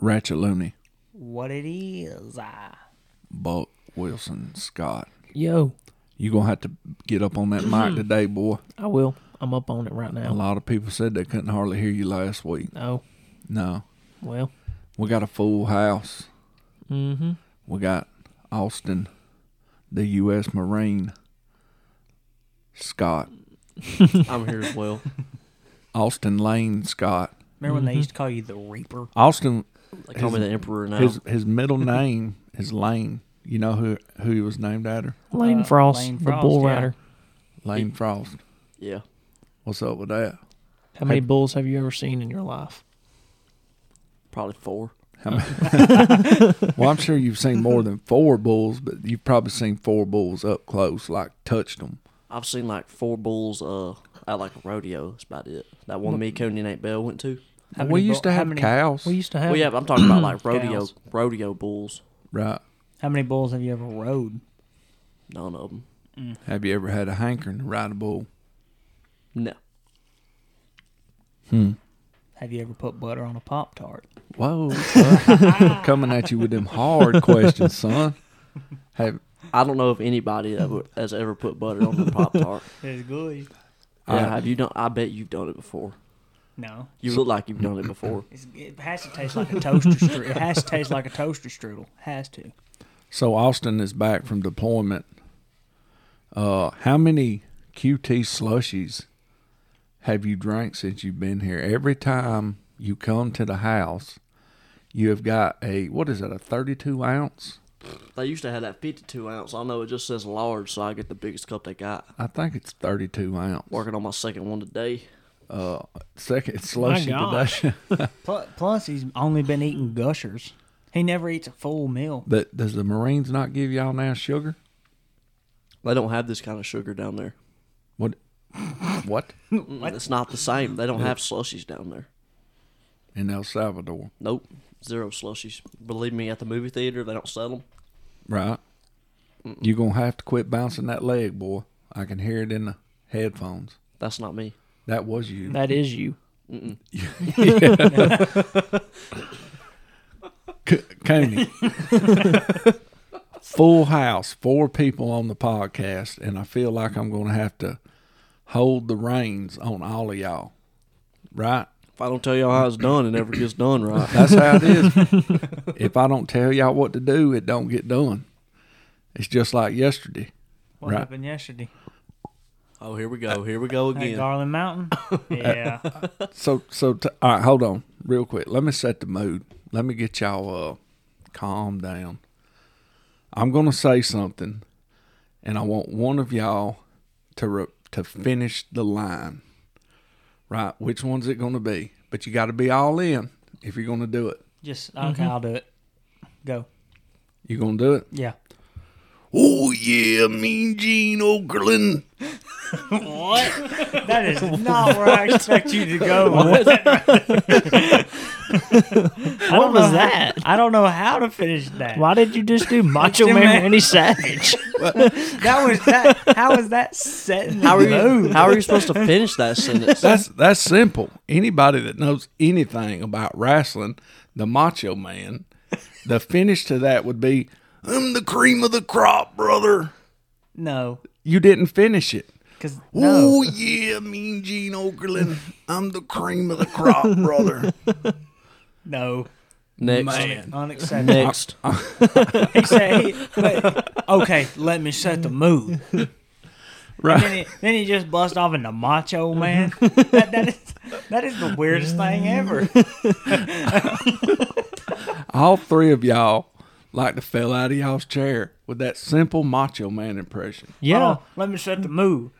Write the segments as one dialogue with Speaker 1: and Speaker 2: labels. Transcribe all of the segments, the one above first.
Speaker 1: Ratchet Looney
Speaker 2: What it is. Ah.
Speaker 1: bought Wilson Scott.
Speaker 2: Yo,
Speaker 1: You gonna have to get up on that mic today, boy.
Speaker 2: I will. I'm up on it right
Speaker 1: A
Speaker 2: now.
Speaker 1: lot of people said they couldn't hardly hear you last week.
Speaker 2: Oh,
Speaker 1: No,
Speaker 2: well.
Speaker 1: we got a full house.
Speaker 2: Mm-hmm.
Speaker 1: We got Austin, the U.S. Marine. Scott,
Speaker 3: I'm here as well.
Speaker 1: Austin Lane Scott.
Speaker 2: Remember when they used to call you the Reaper?
Speaker 1: Austin,
Speaker 3: They call me
Speaker 1: His-
Speaker 3: the Emperor now.
Speaker 1: his his middle name is Lane. You know who who he was named after?
Speaker 2: Lane
Speaker 4: Uh,
Speaker 2: Frost,
Speaker 4: Lane
Speaker 2: the
Speaker 4: Frost,
Speaker 2: bull
Speaker 4: yeah.
Speaker 2: rider.
Speaker 1: Lane Frost.
Speaker 3: yeah.
Speaker 1: What's up with that?
Speaker 2: How many
Speaker 1: Hey-
Speaker 2: bulls have you ever seen in your life?
Speaker 3: Probably four.
Speaker 1: How many- well, I'm sure you've seen more than four bulls, but you've probably seen four bulls up close, like touched them.
Speaker 3: I've seen like four bulls uh at like a rodeo. That's about it. That one me, Cody, and Aunt Bell went to.
Speaker 2: How
Speaker 1: we
Speaker 2: many
Speaker 1: used
Speaker 2: bull-
Speaker 1: to
Speaker 2: how
Speaker 1: have
Speaker 2: many-
Speaker 1: cows,
Speaker 2: We used to have.
Speaker 3: Well, yeah, but I'm talking about like rodeo
Speaker 2: Cows.
Speaker 3: rodeo bulls.
Speaker 1: right?
Speaker 4: How many bulls have you ever rode?
Speaker 3: None of them.
Speaker 1: Have you ever had a hankering to ride a bull?
Speaker 3: No.
Speaker 4: Have you ever put butter on a Pop Tart?
Speaker 1: Whoa, son. coming at you with them hard questions, son. Have
Speaker 3: I don't know if anybody that would- has ever put butter on a pop tart.
Speaker 4: It's good.
Speaker 3: Yeah,
Speaker 1: I-
Speaker 3: have you done? I bet you've done it before.
Speaker 4: No.
Speaker 3: You look like you've done it before.
Speaker 4: It's, it has to taste like a toaster strudel. It has to taste like a toaster strudel. Has to.
Speaker 1: so Austin is back from deployment. Uh, how many QT slushies have you drank since you've been here? Every time you come to the house, you have got a what is it? A thirty-two ounce?
Speaker 3: They used to have that 52 ounce. I know it just says large, so I get the biggest cup they got.
Speaker 1: I think it's thirty-two ounce.
Speaker 3: Working on my second one today.
Speaker 1: Uh, second slushie
Speaker 2: gosh.
Speaker 1: today.
Speaker 4: Pl- Plus, he's only been eating gushers. He never eats a full meal.
Speaker 1: but does the Marines not give y'all now sugar?
Speaker 3: They don't have this kind of sugar down there.
Speaker 1: What? What?
Speaker 3: Mm, It's not the same. They don't have slushies down there.
Speaker 1: In El Salvador,
Speaker 3: Nope, zero slushies. Believe me, at the movie theater they don't sell them.
Speaker 1: right? you gonna have to quit bouncing that leg, boy. I can hear it in the headphones.
Speaker 3: That's not me.
Speaker 1: That was you.
Speaker 2: That is you.
Speaker 1: C- Coney. Full house, four people on the podcast, and I feel like I'm gonna have to hold the reins on all of y'all. Right?
Speaker 3: If I don't tell y'all how it's done, it never gets done right.
Speaker 1: That's how it is. if I don't tell y'all what to do, it don't get done. It's just like yesterday.
Speaker 4: What
Speaker 1: Right.
Speaker 4: happened yesterday?
Speaker 3: Oh, here we go. Here we go
Speaker 4: At
Speaker 3: again.
Speaker 4: Garland Mountain? Yeah.
Speaker 1: So, so t- all right, hold on, real quick. Let me set the mood. Let me get y'all uh, calm down. I'm gonna say something, and I want one of y'all to re- to finish the line. Right? Which one's it gonna be? But you got to be all in if you're gonna do it.
Speaker 4: Just,
Speaker 2: Mm-hmm.
Speaker 4: okay, I'll do it. Go.
Speaker 1: You gonna do it?
Speaker 4: Yeah.
Speaker 1: Oh yeah, Mean Gene Okerlund.
Speaker 4: That is not where I expect you to go. with it. I
Speaker 2: What
Speaker 4: don't know
Speaker 2: was
Speaker 4: how-
Speaker 2: that?
Speaker 4: I don't know how to finish that.
Speaker 2: Why did you just do Macho
Speaker 4: Jim
Speaker 2: Man
Speaker 4: Man.
Speaker 2: Randy Savage?
Speaker 4: That was that. How is that setting?
Speaker 3: How are you? How are you supposed to finish that sentence?
Speaker 1: That's that's simple. Anybody that knows anything about wrestling, the Macho Man, the finish to that would be, "I'm the cream of the crop, brother."
Speaker 4: No,
Speaker 1: You didn't finish it.
Speaker 4: because
Speaker 1: Oh
Speaker 4: no.
Speaker 1: yeah, Mean Gene Okerlund, I'm the cream of the crop, brother.
Speaker 4: No,
Speaker 3: Next.
Speaker 4: unacceptable.
Speaker 3: Next.
Speaker 4: He said, he- but- "Okay, let me set the mood." Then
Speaker 1: right?
Speaker 4: he, then he just bust off into Macho Man. That, that is that is the weirdest thing ever.
Speaker 1: All three of y'all like to fell out of y'all's chair with that simple Macho Man impression.
Speaker 2: Yeah.
Speaker 4: Oh, let me set the mood.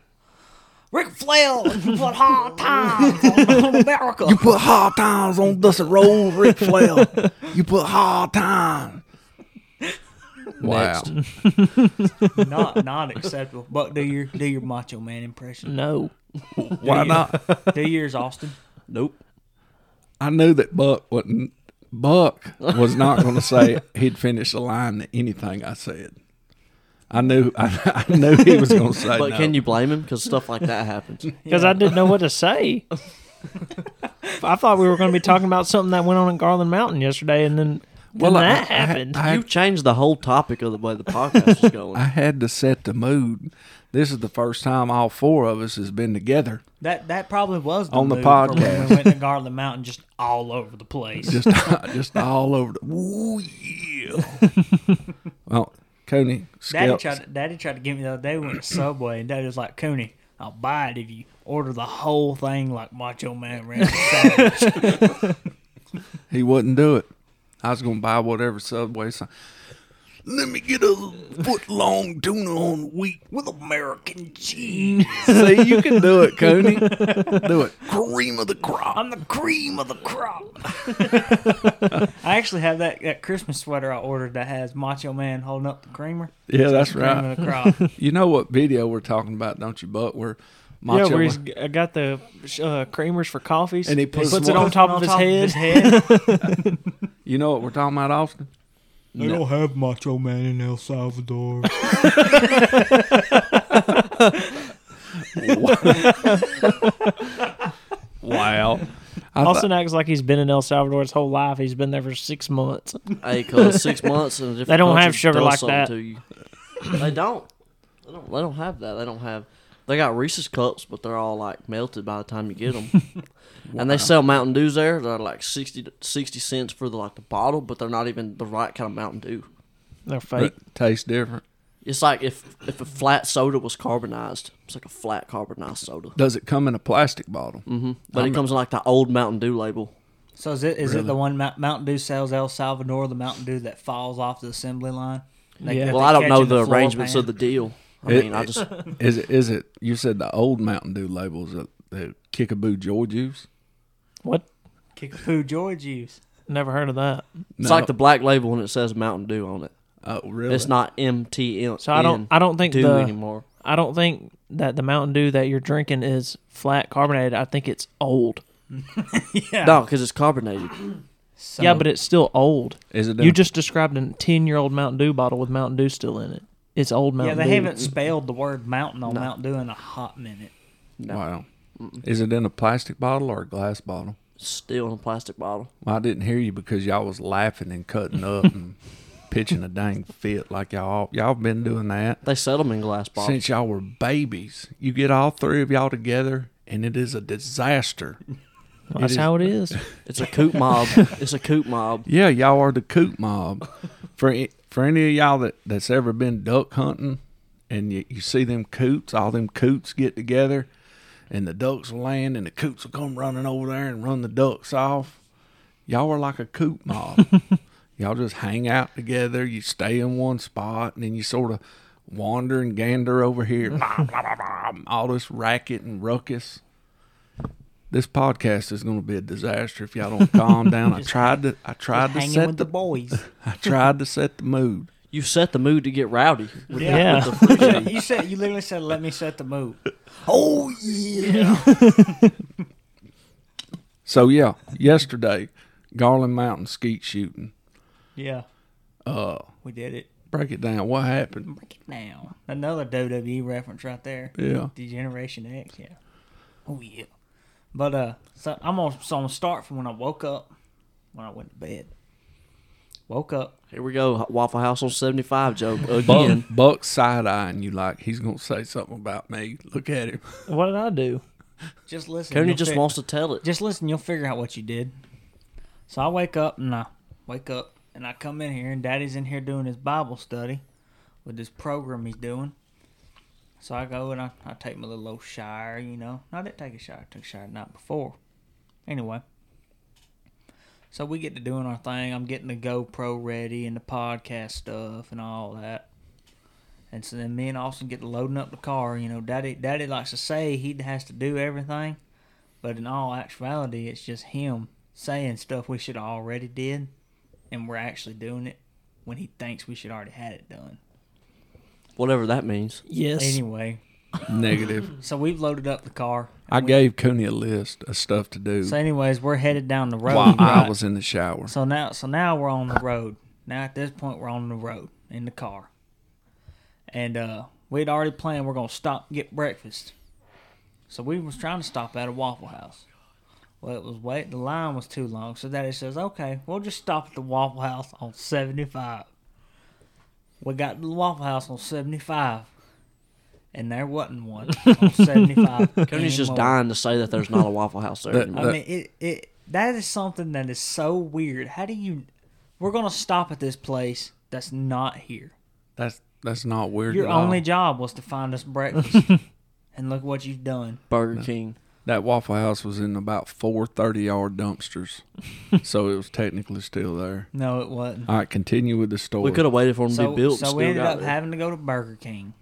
Speaker 4: Rick Flair put hard times on America.
Speaker 1: You put hard times on Dusty Rose, Ric Flair. You put hard times. Wow.
Speaker 4: Not not acceptable. But do your do your Macho Man impression.
Speaker 2: No.
Speaker 1: Why not?
Speaker 4: Do yours, Austin.
Speaker 3: Nope.
Speaker 1: I knew that Buck wasn't. Buck was not going to say he'd finish the line to anything I said. I knew. I, I knew he was going to say.
Speaker 3: But
Speaker 1: Uh, no.
Speaker 3: can you blame him? Because stuff like that happens.
Speaker 2: Because I didn't know what to say. I thought we were going to be talking about something that went on in Garland Mountain yesterday, and then, then
Speaker 1: Well, I-
Speaker 2: that
Speaker 1: I-
Speaker 2: happened.
Speaker 1: I-
Speaker 3: You've changed the whole topic of the way the podcast is going.
Speaker 1: I had to set the mood. This is the first time all four of us has been together.
Speaker 4: That that probably was the
Speaker 1: On the
Speaker 4: mood for
Speaker 1: podcast.
Speaker 4: when we went to Garland Mountain, just all over the place.
Speaker 1: Just just all over the Ooh yeah. well, Coney
Speaker 4: Daddy
Speaker 1: Skelps,
Speaker 4: tried, to, Daddy tried to get me the other day. We went to Subway, and Daddy was like, "Cooney, I'll buy it if you order the whole thing like Macho Man Randy Savage."
Speaker 1: he wouldn't do it. I was gonna buy whatever Subway sign. Let me get a foot long tuna on wheat with American cheese. See, you can do it, Coney. Do it. Cream of the crop.
Speaker 4: I'm the cream of the crop. I actually have that, that Christmas sweater I ordered that has Macho Man holding up the creamer.
Speaker 1: Yeah, that's
Speaker 4: cream
Speaker 1: right.
Speaker 4: of the crop.
Speaker 1: You know what video we're talking about, don't you, Buck? Where
Speaker 2: yeah,
Speaker 1: Macho
Speaker 2: where he's
Speaker 1: Man-
Speaker 2: I got the uh, creamers for coffees,
Speaker 1: And he puts
Speaker 2: puts, it
Speaker 1: one-
Speaker 2: on top of his head.
Speaker 4: head.
Speaker 1: You know what we're talking about, Austin?
Speaker 5: They don't have Macho Man in El Salvador.
Speaker 1: Wow. I
Speaker 2: Austin acts like he's been in El Salvador his whole life. He's been there for six months.
Speaker 3: hey, cause six months and a different
Speaker 2: They don't
Speaker 3: culture
Speaker 2: have sugar
Speaker 3: does
Speaker 2: like
Speaker 3: something
Speaker 2: that.
Speaker 3: To you. They don't. They don't. They don't have that. They don't have. They got Reese's cups, but they're all like melted by the time you get them. And they sell Mountain Dews there. They're like 60, 60 cents for the like the bottle, but they're not even the right kind of Mountain Dew.
Speaker 2: They're
Speaker 1: thought
Speaker 2: fake.
Speaker 1: it tastes different.
Speaker 3: It's like if if a flat soda was carbonized. It's like a flat carbonized soda.
Speaker 1: Does it come in a plastic bottle? Mm-hmm.
Speaker 3: But it comes in like the old Mountain Dew label.
Speaker 4: So is it is it the one Mount, Mountain Dew sells El Salvador? The Mountain Dew that falls off the assembly line. They-
Speaker 2: Yeah.
Speaker 4: that
Speaker 3: Well,
Speaker 4: they
Speaker 3: I don't
Speaker 4: catch
Speaker 3: know
Speaker 4: in
Speaker 3: the,
Speaker 4: floor
Speaker 3: arrangements
Speaker 4: pan?
Speaker 3: of the deal. I
Speaker 1: It-
Speaker 3: mean, I just
Speaker 1: Is it? Is it? You said the old Mountain Dew labels, the, the Kickaboo Joy Juice.
Speaker 2: What?
Speaker 4: Kickapoo Joy Juice.
Speaker 2: Never heard of that.
Speaker 3: it's
Speaker 1: No.
Speaker 3: like the black label when it says Mountain Dew on it.
Speaker 1: Oh, really?
Speaker 3: It's not MTN.
Speaker 2: So I don't. I don't think
Speaker 3: do
Speaker 2: the.
Speaker 3: anymore.
Speaker 2: I don't think that the Mountain Dew that you're drinking is flat carbonated. I think it's old.
Speaker 4: Yeah.
Speaker 3: No, because it's carbonated.
Speaker 4: So-
Speaker 2: yeah, but it's still old.
Speaker 1: Is it?
Speaker 2: You
Speaker 1: in-
Speaker 2: just described a ten-year-old Mountain Dew bottle with Mountain Dew still in it. It's old
Speaker 4: yeah,
Speaker 2: Mountain
Speaker 4: they
Speaker 2: Dew.
Speaker 4: haven't spelled the word mountain on Mount Dew in a hot minute.
Speaker 1: Wow. Is it in a plastic bottle or a glass bottle?
Speaker 3: Still in a plastic bottle.
Speaker 1: Well, I didn't hear you because y'all was laughing and cutting up and pitching a dang fit like y'all y'all been doing that
Speaker 3: They sell them in glass bottles.
Speaker 1: since y'all were babies. You get all three of y'all together and it is a disaster.
Speaker 2: Well, That's
Speaker 1: It is-
Speaker 2: how it is.
Speaker 3: it's a coop mob. it's a coop mob.
Speaker 1: Yeah, y'all are the coot mob. For for any of y'all that, that's ever been duck hunting, and you, you see them coots, all them coots get together, and the ducks will land, and the coots will come running over there and run the ducks off. Y'all are like a coot mob. y'all just hang out together. You stay in one spot, and then you sort of wander and gander over here. Blah, blah, blah, blah. all this racket and ruckus. This podcast is going to be a disaster if y'all don't calm down. I tried to. I tried to
Speaker 4: Hanging
Speaker 1: set
Speaker 4: with
Speaker 1: the
Speaker 4: the boys.
Speaker 1: I tried to set the mood.
Speaker 3: You set the mood to get rowdy. With
Speaker 4: Yeah.
Speaker 2: Yeah.
Speaker 3: The, with the freak show.
Speaker 4: you said you literally said, "Let me set the mood."
Speaker 1: Oh yeah. so yeah, yesterday, Garland Mountain skeet shooting.
Speaker 4: Yeah.
Speaker 1: Uh,
Speaker 3: Oh.
Speaker 4: We did it.
Speaker 1: break it down. What happened?
Speaker 4: Break it down. Another WWE reference right there.
Speaker 1: Yeah.
Speaker 4: Degeneration X. Yeah. Oh yeah. But uh, so I'm gonna so I'm gonna start from when I woke up, when I went to bed. Woke up.
Speaker 3: Here we go. Waffle House on seventy five joke
Speaker 1: Buck,
Speaker 3: again.
Speaker 1: Buck side eyeing you like he's gonna say something about me. Look at him.
Speaker 2: what did I do?
Speaker 4: Just listen.
Speaker 3: Coney
Speaker 4: you'll
Speaker 3: just
Speaker 4: fi-
Speaker 3: wants to tell it.
Speaker 4: Just listen. You'll figure out what you did. So I wake up and I wake up and I come in here and Daddy's in here doing his Bible study with this program he's doing. So I go and I, I take my little old shower, you know. No, I didn't take a shower. I took a shower the night before. Anyway. So we get to doing our thing. I'm getting the GoPro ready and the podcast stuff and all that. And so then me and Austin get to loading up the car. You know, Daddy Daddy likes to say he has to do everything. But in all actuality, it's just him saying stuff we should have already did, and we're actually doing it when he thinks we should already had it done.
Speaker 3: Whatever that means.
Speaker 2: Yes.
Speaker 4: Anyway,
Speaker 1: Negative.
Speaker 4: so we've loaded up the car.
Speaker 1: I gave Cooney a list of stuff to do
Speaker 4: So, anyways, we're headed down the road.
Speaker 1: while I
Speaker 4: right?
Speaker 1: was in the shower.
Speaker 4: So now, so now we're on the road. Now at this point, we're on the road in the car, and uh, we'd already planned we're gonna stop and get breakfast. So we was trying to stop at a Waffle House. Well, it was wait. The line was too long, so Daddy says, "Okay, we'll just stop at the Waffle House on 75." We got to the Waffle House on 75, and there wasn't one on 75.
Speaker 3: Cody's just
Speaker 4: anymore.
Speaker 3: dying to say that there's not a Waffle House there
Speaker 1: That-
Speaker 4: I
Speaker 3: anymore.
Speaker 1: that-
Speaker 4: mean, it, it that is something that is so weird. How do you? We're gonna stop at this place that's not here.
Speaker 1: That's that's not weird.
Speaker 4: Your
Speaker 1: at all.
Speaker 4: only job was to find us breakfast, and look what you've done.
Speaker 3: Burger King.
Speaker 1: that Waffle House was in about four thirty yard dumpsters, so it was technically still there.
Speaker 4: No, it wasn't.
Speaker 1: All right, continue with the story.
Speaker 3: We could have waited for them to
Speaker 4: So,
Speaker 3: be built. and
Speaker 4: so
Speaker 3: still
Speaker 4: we ended
Speaker 3: got
Speaker 4: up
Speaker 3: there.
Speaker 4: having to go to Burger King.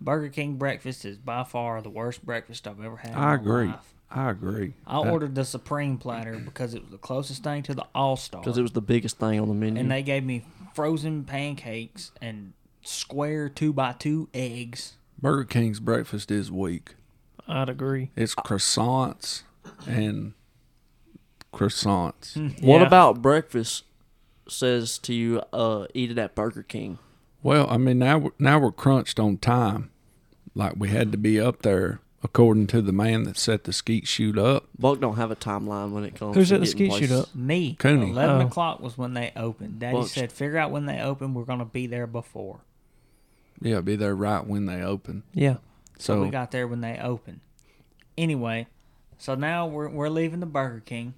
Speaker 4: Burger King breakfast is by far the worst breakfast I've ever had. in
Speaker 1: I
Speaker 4: my
Speaker 1: agree.
Speaker 4: life.
Speaker 1: I agree.
Speaker 4: I
Speaker 1: That-
Speaker 4: ordered the Supreme platter because it was the closest thing to the All Star,
Speaker 3: because it was the biggest thing on the menu.
Speaker 4: and they gave me frozen pancakes and square two by two eggs.
Speaker 1: Burger King's breakfast is weak.
Speaker 2: I'd agree.
Speaker 1: It's croissants and croissants.
Speaker 3: What
Speaker 2: Yeah.
Speaker 3: about breakfast? Says to you, uh, eat it at Burger King.
Speaker 1: Well, I mean now we're, now we're crunched on time, like we had to be up there according to the man that set the skeet shoot up.
Speaker 3: Buck don't have a timeline when it comes.
Speaker 2: Who's
Speaker 3: to
Speaker 2: at the
Speaker 3: getting
Speaker 2: skeet shoot
Speaker 3: places.
Speaker 2: up?
Speaker 4: Me,
Speaker 1: Cooney.
Speaker 4: eleven
Speaker 2: Oh.
Speaker 4: o'clock was when they opened. Daddy
Speaker 3: Bunched.
Speaker 4: said, "Figure out when they open. We're gonna be there before."
Speaker 1: Yeah, be there right when they open.
Speaker 2: Yeah.
Speaker 1: So
Speaker 4: we got there when they opened. Anyway, so now we're we're leaving the Burger King,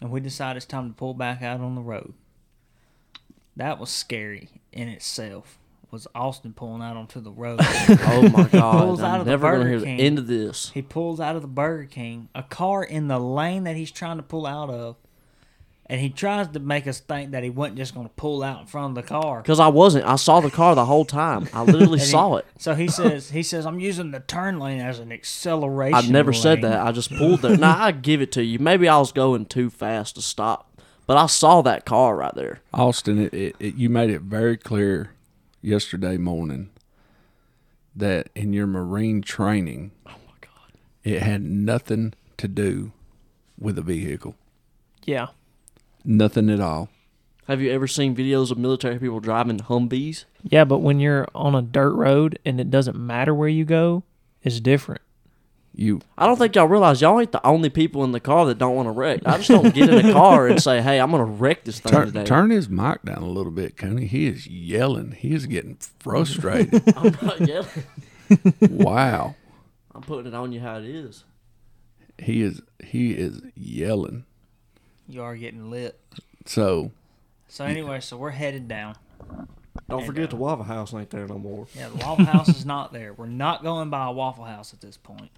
Speaker 4: and we decide it's time to pull back out on the road. That was scary in itself. Was Austin pulling out onto the road?
Speaker 3: Oh my god!
Speaker 4: Pulls out
Speaker 3: I'm
Speaker 4: of the
Speaker 3: never gonna
Speaker 4: Burger
Speaker 3: hear the
Speaker 4: King.
Speaker 3: end of this.
Speaker 4: he pulls out of the Burger King, a car in the lane that he's trying to pull out of, and he tries to make us think that he wasn't just going to pull out in front of the car.
Speaker 3: Because I wasn't. I saw the car the whole time. I literally
Speaker 4: And he-
Speaker 3: saw it.
Speaker 4: So he says, he says, I'm using the turn lane as an acceleration.
Speaker 3: I never said
Speaker 4: lane."
Speaker 3: that. I just pulled there. now I give it to you. Maybe I was going too fast to stop, but I saw that car right there.
Speaker 1: Austin, it, it, it, you made it very clear yesterday morning that in your Marine training, oh my God. it had nothing to do with a vehicle.
Speaker 2: Yeah.
Speaker 1: Nothing at all.
Speaker 3: Have you ever seen videos of military people driving Humvees?
Speaker 2: Yeah, but when you're on a dirt road and it doesn't matter where you go, it's different.
Speaker 1: You
Speaker 3: I don't think y'all realize y'all ain't the only people in the car that don't want to wreck. I just don't get in a car and say, "Hey, I'm gonna wreck this thing
Speaker 1: turn,
Speaker 3: today."
Speaker 1: turn his mic down a little bit, Cooney. He is yelling. He is getting frustrated.
Speaker 3: I'm not yelling.
Speaker 1: wow.
Speaker 3: I'm putting it on you how it is.
Speaker 1: He is he is yelling.
Speaker 4: You are getting lit.
Speaker 1: So
Speaker 4: So anyway, so we're headed down.
Speaker 3: Don't
Speaker 4: forget
Speaker 3: the Waffle House ain't there no more.
Speaker 4: Yeah, the Waffle House is not there. We're not going by a Waffle House at this point.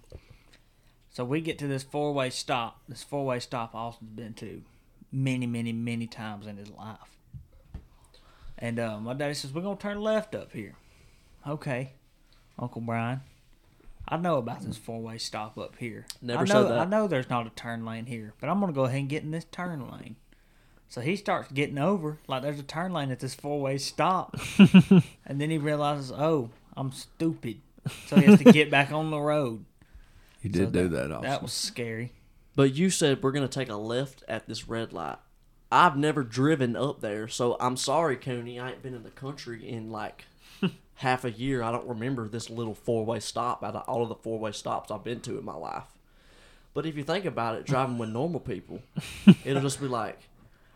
Speaker 4: So we get to this four way stop. This four way stop Austin's been to many, many, many times in his life. And uh, my daddy says, We're going to turn left up here. Okay, Uncle Brian. I know about this four way stop up here.
Speaker 3: Never
Speaker 4: I know,
Speaker 3: said that.
Speaker 4: I know there's not a turn lane here, but I'm going to go ahead and get in this turn lane. So he starts getting over, like there's a turn lane at this four way stop. and then he realizes, oh, I'm stupid. So he has to get back on the road.
Speaker 1: you did
Speaker 4: So
Speaker 1: do that, Austin.
Speaker 4: That was scary.
Speaker 3: But you said we're gonna take a left at this red light. I've never driven up there, so I'm sorry, Cooney. I ain't been in the country in like half a year. I don't remember this little four way stop out of all of the four way stops I've been to in my life. But if you think about it, driving with normal people, it'll just be like,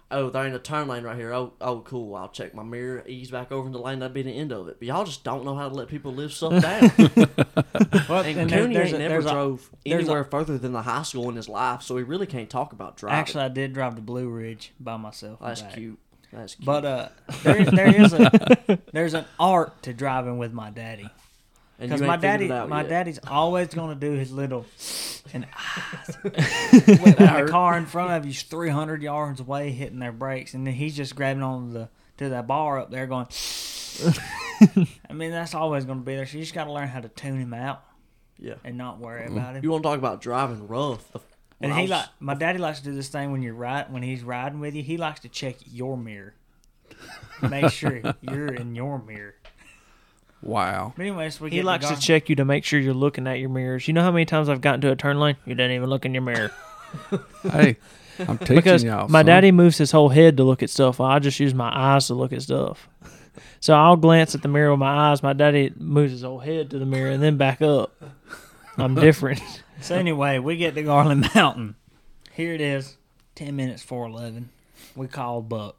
Speaker 3: oh, there ain't a turn lane right here. Oh, oh, cool. I'll check my mirror, ease back over in the lane. That'd be the end of it. But y'all just don't know how to let people live stuff down. And,
Speaker 4: And there-
Speaker 3: Cooney
Speaker 4: there's
Speaker 3: ain't
Speaker 4: a-
Speaker 3: never
Speaker 4: there's a-
Speaker 3: drove
Speaker 4: there's a-
Speaker 3: anywhere further than the high school in his life, so he really can't talk about driving.
Speaker 4: Actually, I did drive to Blue Ridge by myself. and
Speaker 3: that's
Speaker 4: back.
Speaker 3: cute. That's cute.
Speaker 4: But uh, there, there is a there's an art to driving with my daddy
Speaker 3: And you
Speaker 4: because
Speaker 3: ain't
Speaker 4: my
Speaker 3: figured
Speaker 4: daddy
Speaker 3: it out
Speaker 4: my
Speaker 3: yet.
Speaker 4: daddy's always gonna do his little and when, when the car in front of you's three hundred yards away hitting their brakes and then he's just grabbing on the to that bar up there going. I mean that's always gonna be there. So you just gotta learn how to tune him out
Speaker 3: Yeah.
Speaker 4: and not worry about him.
Speaker 3: You want to talk about driving rough? The, when
Speaker 4: And
Speaker 3: I
Speaker 4: he
Speaker 3: was-
Speaker 4: like my daddy likes to do this thing when you're right when he's riding with you. He likes to check your mirror, make sure you're in your mirror.
Speaker 1: wow.
Speaker 4: But anyways, we
Speaker 2: He
Speaker 4: get
Speaker 2: likes
Speaker 4: the
Speaker 2: to
Speaker 4: gar-
Speaker 2: check you to make sure you're looking at your mirrors. You know how many times I've gotten to a turn lane? You didn't even look in your mirror.
Speaker 1: Hey, I'm teaching
Speaker 2: Because
Speaker 1: y'all.
Speaker 2: my
Speaker 1: son.
Speaker 2: daddy moves his whole head to look at stuff. I just use my eyes to look at stuff. So I'll glance at the mirror with my eyes. My daddy moves his whole head to the mirror and then back up. I'm different.
Speaker 4: So anyway, we get to Garland Mountain, Here it is. Ten minutes for eleven. We called Buck.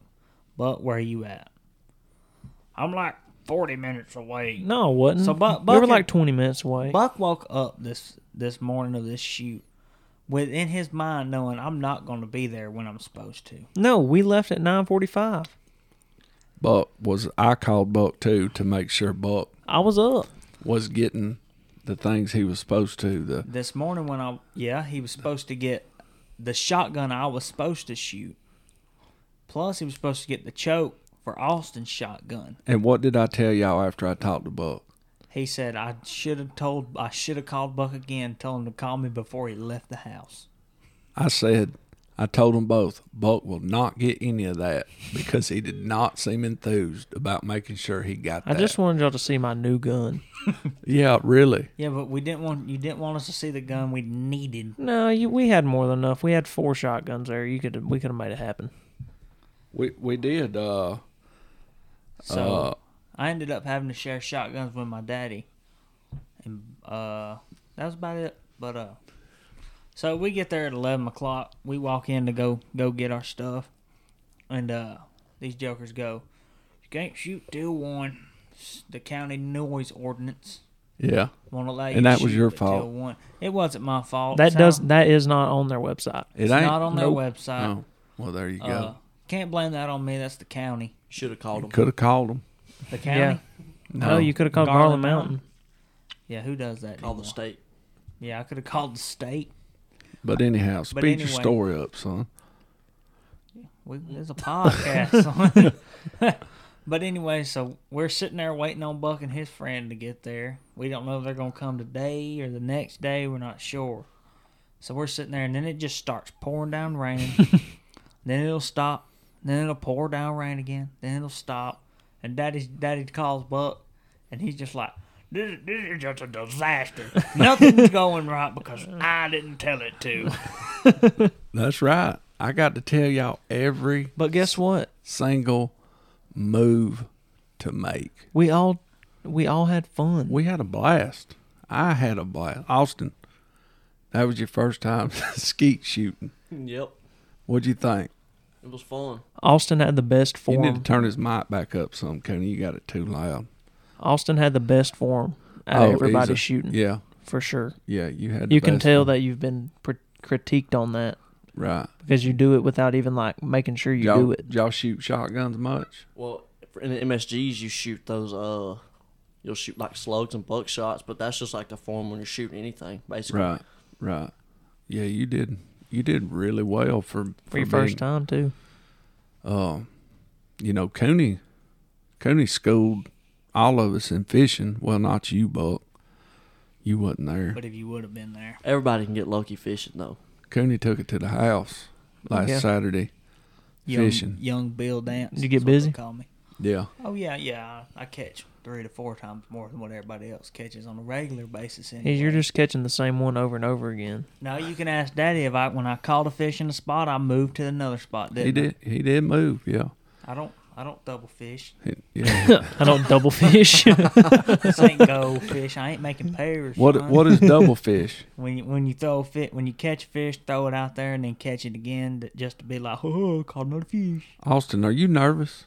Speaker 4: Buck, where you at? I'm like forty minutes away.
Speaker 2: No, it wasn't.
Speaker 4: So, Buck-
Speaker 2: we were
Speaker 4: Buck-
Speaker 2: like 20 minutes away.
Speaker 4: Buck woke up this this morning of this shoot within his mind knowing I'm not going to be there when I'm supposed to.
Speaker 2: no, we left at 9.45.
Speaker 1: Buck was I called Buck too to make sure Buck
Speaker 2: I was up.
Speaker 1: was getting the things he was supposed to. The
Speaker 4: This morning when I yeah, he was supposed to get the shotgun I was supposed to shoot. Plus he was supposed to get the choke for Austin's shotgun.
Speaker 1: and what did I tell y'all after I talked to Buck?
Speaker 4: He said I should have told I should have called Buck again, told him to call me before he left the house.
Speaker 1: I said I told them both Buck will not get any of that because he did not seem enthused about making sure he got
Speaker 2: I
Speaker 1: that.
Speaker 2: just wanted y'all to see my new gun.
Speaker 1: yeah, really.
Speaker 4: Yeah, but we didn't want you didn't want us to see the gun we needed.
Speaker 2: No, you, we had more than enough. We had four shotguns there. You could we could have made it happen.
Speaker 1: We we did uh
Speaker 4: So
Speaker 1: Uh,
Speaker 4: I ended up having to share shotguns with my daddy, and uh, that was about it. But uh, so we get there at eleven o'clock. We walk in to go go get our stuff, and uh, these jokers go, "You can't shoot till one. It's the county noise ordinance
Speaker 1: yeah.
Speaker 4: won't allow you."
Speaker 1: And
Speaker 4: to
Speaker 1: that was
Speaker 4: shoot
Speaker 1: your
Speaker 4: till
Speaker 1: fault.
Speaker 4: One. It wasn't my fault.
Speaker 2: That
Speaker 4: So
Speaker 2: does that is not on their website.
Speaker 1: It
Speaker 4: It's
Speaker 1: ain't
Speaker 4: not on their
Speaker 1: nope.
Speaker 4: website.
Speaker 1: No. Oh, Well, there you go.
Speaker 4: Uh, can't blame that on me. That's the county.
Speaker 3: Should have called him.
Speaker 1: Could have called him.
Speaker 4: The county.
Speaker 2: Yeah. No, you could have called Garland,
Speaker 4: Garland
Speaker 2: Mountain.
Speaker 4: Yeah, who does that?
Speaker 3: Call the
Speaker 4: anymore?
Speaker 3: state.
Speaker 4: Yeah, I could have called the state.
Speaker 1: But anyhow, speed your
Speaker 4: anyway.
Speaker 1: story up, son.
Speaker 4: We, there's a podcast. on. but anyway, so we're sitting there waiting on Buck and his friend to get there. We don't know if they're going to come today or the next day. We're not sure. So we're sitting there, and then it just starts pouring down rain. then it'll stop. Then it'll pour down rain again. Then it'll stop. And Daddy's Daddy calls Buck, and he's just like, "This, this is just a disaster. Nothing's going right because I didn't tell it to."
Speaker 1: That's right. I got to tell y'all every
Speaker 2: But guess what?
Speaker 1: single move to make.
Speaker 2: We all we all had fun.
Speaker 1: We had a blast. I had a blast. Austin, that was your first time skeet shooting.
Speaker 3: Yep.
Speaker 1: What'd you think?
Speaker 3: It was fun.
Speaker 2: Austin had the best
Speaker 1: You
Speaker 2: form.
Speaker 1: need to turn his mic back up some, Coney. You got it too loud.
Speaker 2: Austin had the best form out
Speaker 1: Oh,
Speaker 2: of everybody
Speaker 1: easy.
Speaker 2: shooting
Speaker 1: Yeah,
Speaker 2: for sure.
Speaker 1: yeah. You had. the
Speaker 2: You can
Speaker 1: best
Speaker 2: tell
Speaker 1: one.
Speaker 2: that you've been pr- critiqued on that
Speaker 1: Right.
Speaker 2: because you do it without even like making sure you
Speaker 1: y'all,
Speaker 2: do it.
Speaker 1: Y'all shoot shotguns much?
Speaker 3: Well, for- in the MSGs, you shoot those, uh, you'll shoot like slugs and buckshots, but that's just like the form when you're shooting anything, basically.
Speaker 1: Right. Right. Yeah, you did. You did really well for for,
Speaker 2: for your first
Speaker 1: being-
Speaker 2: time too.
Speaker 1: you know, Cooney, Cooney schooled all of us in fishing. Well, not you, Buck. You wasn't there.
Speaker 4: But if you would have been there.
Speaker 3: Everybody can get lucky fishing, though.
Speaker 1: Cooney took it to the house last
Speaker 2: Yeah.
Speaker 1: Saturday.
Speaker 4: young,
Speaker 1: Fishing.
Speaker 4: Young Bill dance.
Speaker 2: You get
Speaker 4: is what they
Speaker 2: busy?
Speaker 4: Call me.
Speaker 1: Yeah.
Speaker 4: Oh yeah, yeah. I I catch three to four times more than what everybody else catches on a regular basis.
Speaker 2: Hey,
Speaker 4: Anyway.
Speaker 2: You're just catching the same one over and over again.
Speaker 4: now you can ask Daddy if I when I caught a fish in a spot, I moved to another spot. Didn't
Speaker 1: He did. He did move. Yeah.
Speaker 4: I? I don't. I don't double fish.
Speaker 1: He- yeah.
Speaker 2: I don't double fish.
Speaker 4: This ain't goldfish. I ain't making pairs.
Speaker 1: what
Speaker 4: son.
Speaker 1: What is double fish?
Speaker 4: when you, when you throw a fit when you catch a fish, throw it out there and then catch it again th- just to be like, oh, caught another fish.
Speaker 1: Austin, are you nervous?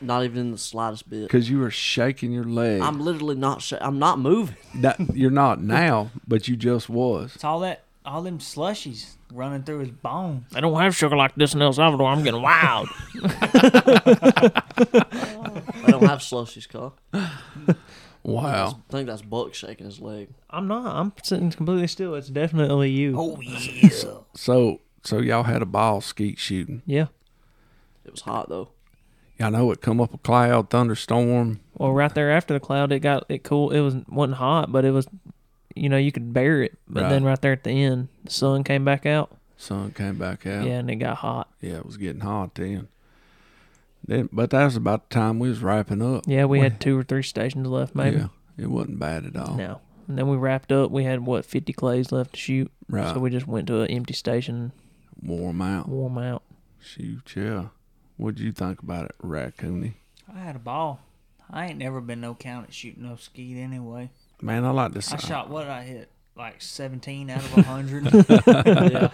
Speaker 3: Not even in the slightest bit.
Speaker 1: Because you were shaking your leg.
Speaker 3: I'm literally not, sh- I'm not moving.
Speaker 1: That, you're not now, but you just was.
Speaker 4: It's all that all them slushies running through his bone.
Speaker 2: I don't have sugar like this in El Salvador. I'm getting wild.
Speaker 3: I don't have slushies, Carl.
Speaker 1: Wow.
Speaker 3: I think that's Buck shaking his leg.
Speaker 2: I'm not. I'm sitting completely still. It's definitely you.
Speaker 4: Oh yes.
Speaker 1: So so y'all had a ball skeet shooting.
Speaker 2: Yeah.
Speaker 3: It was hot, though.
Speaker 1: Y'all know it come up a cloud, thunderstorm.
Speaker 2: Well, right there after the cloud, it got it cool. It was wasn't hot, but it was, you know, you could bear it. But
Speaker 1: Right.
Speaker 2: then right there at the end, the sun came back out.
Speaker 1: Sun came back out.
Speaker 2: Yeah, and it got hot.
Speaker 1: Yeah, it was getting hot then. Then, but that was about the time we was wrapping up.
Speaker 2: Yeah, we had two or three stations left, maybe.
Speaker 1: Yeah, it wasn't bad at all.
Speaker 2: No. And then we wrapped up. We had what fifty clays left to shoot.
Speaker 1: Right.
Speaker 2: So we just went to an empty station,
Speaker 1: Warm out.
Speaker 2: warm out.
Speaker 1: Shoot, yeah. What'd you think about it, Raccoony?
Speaker 4: I had a ball. I ain't never been no count at shooting no skeet anyway.
Speaker 1: Man, I like to
Speaker 4: I
Speaker 1: say
Speaker 4: shot what I hit like 17 out of 100.
Speaker 3: Yeah.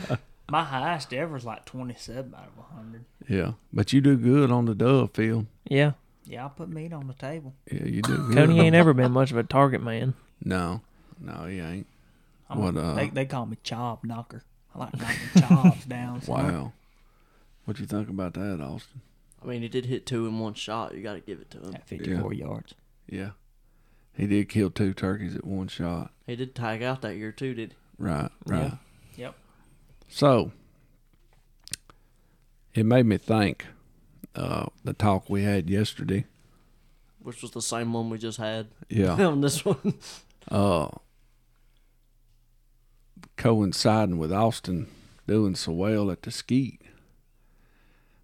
Speaker 4: My highest ever is like 27 out of 100.
Speaker 1: Yeah, but you do good on the dove, Phil.
Speaker 2: Yeah.
Speaker 4: Yeah, I put meat on the table.
Speaker 1: Yeah, you do. Good
Speaker 2: Tony
Speaker 1: on-
Speaker 2: ain't ever been much of a target man.
Speaker 1: No, no, he ain't.
Speaker 4: I'm
Speaker 1: What,
Speaker 4: a-
Speaker 1: uh,
Speaker 4: they, they call me Chob Knocker. I like knocking chobs down. son.
Speaker 1: Wow. What you think about that, Austin?
Speaker 3: I mean, he did hit two in one shot. You got to give it to him.
Speaker 4: At 54 yards.
Speaker 1: Yeah, he did kill two turkeys at one shot.
Speaker 3: He did tag out that year too. Did
Speaker 1: Right, right.
Speaker 4: Yep.
Speaker 1: So it made me think uh, the talk we had yesterday.
Speaker 3: which was the same one we just had
Speaker 1: Yeah,
Speaker 3: on this one.
Speaker 1: uh, coinciding with Austin doing so well at the skeet.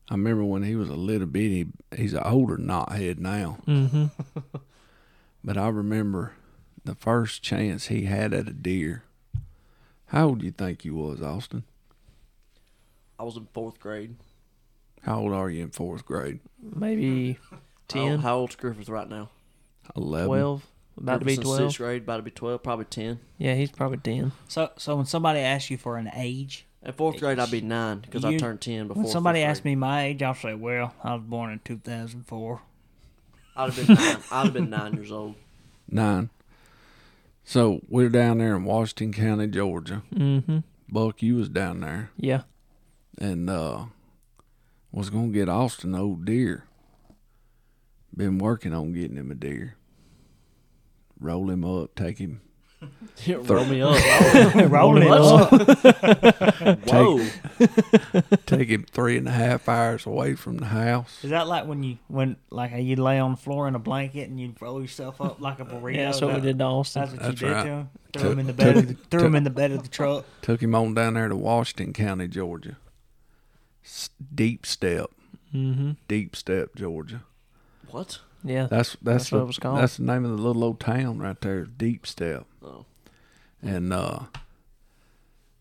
Speaker 1: I remember when he was a little bitty. He's an older knothead now,
Speaker 2: Mm-hmm.
Speaker 1: but I remember the first chance he had at a deer. How old do you think you was, Austin?
Speaker 3: I was in fourth grade.
Speaker 1: How old are you in fourth grade?
Speaker 2: Maybe
Speaker 3: How,
Speaker 2: 10,
Speaker 3: how old's Griffith right now?
Speaker 1: Eleven.
Speaker 2: 12, about to be
Speaker 3: Griffith's in
Speaker 2: 12.
Speaker 3: Sixth grade, about to be twelve, probably ten.
Speaker 2: Yeah, he's probably 10.
Speaker 4: So, so when somebody asks you for an age,
Speaker 3: In fourth grade, I'd be nine because I
Speaker 4: You-
Speaker 3: turned ten before.
Speaker 4: when somebody asks me my age, I'll say, well, I was born in 2004.
Speaker 3: I'd have been nine. I'd have been nine years old.
Speaker 1: nine. So we're down there in Washington County, Georgia.
Speaker 2: Mm-hmm.
Speaker 1: Buck, you was down there
Speaker 2: Yeah.
Speaker 1: and uh was gonna get Austin an old deer. Been working on getting him a deer. Roll him up, take him,
Speaker 3: Roll me up. I
Speaker 4: Roll it
Speaker 3: was-
Speaker 4: up.
Speaker 3: Whoa!
Speaker 1: take him three and a half hours away from the house.
Speaker 4: Is that like when you when like how you lay on the floor in a blanket and you roll yourself up like a burrito?
Speaker 2: Yeah, that's what we
Speaker 4: That-
Speaker 2: did to Austin.
Speaker 4: That's what
Speaker 1: That's
Speaker 4: you did
Speaker 1: right.
Speaker 4: to him.
Speaker 1: Took-
Speaker 4: Threw him in the bed. Of the,
Speaker 1: took-
Speaker 4: threw him in the bed of the truck.
Speaker 1: Took him on down there to Washington County, Georgia. S- deep step,
Speaker 2: Mm-hmm.
Speaker 1: deep step, Georgia.
Speaker 3: What?
Speaker 2: Yeah.
Speaker 1: That's that's,
Speaker 2: what
Speaker 1: the-
Speaker 2: it was called.
Speaker 1: That's the name of the little old town right there, Deep Step.
Speaker 3: Oh.
Speaker 1: And uh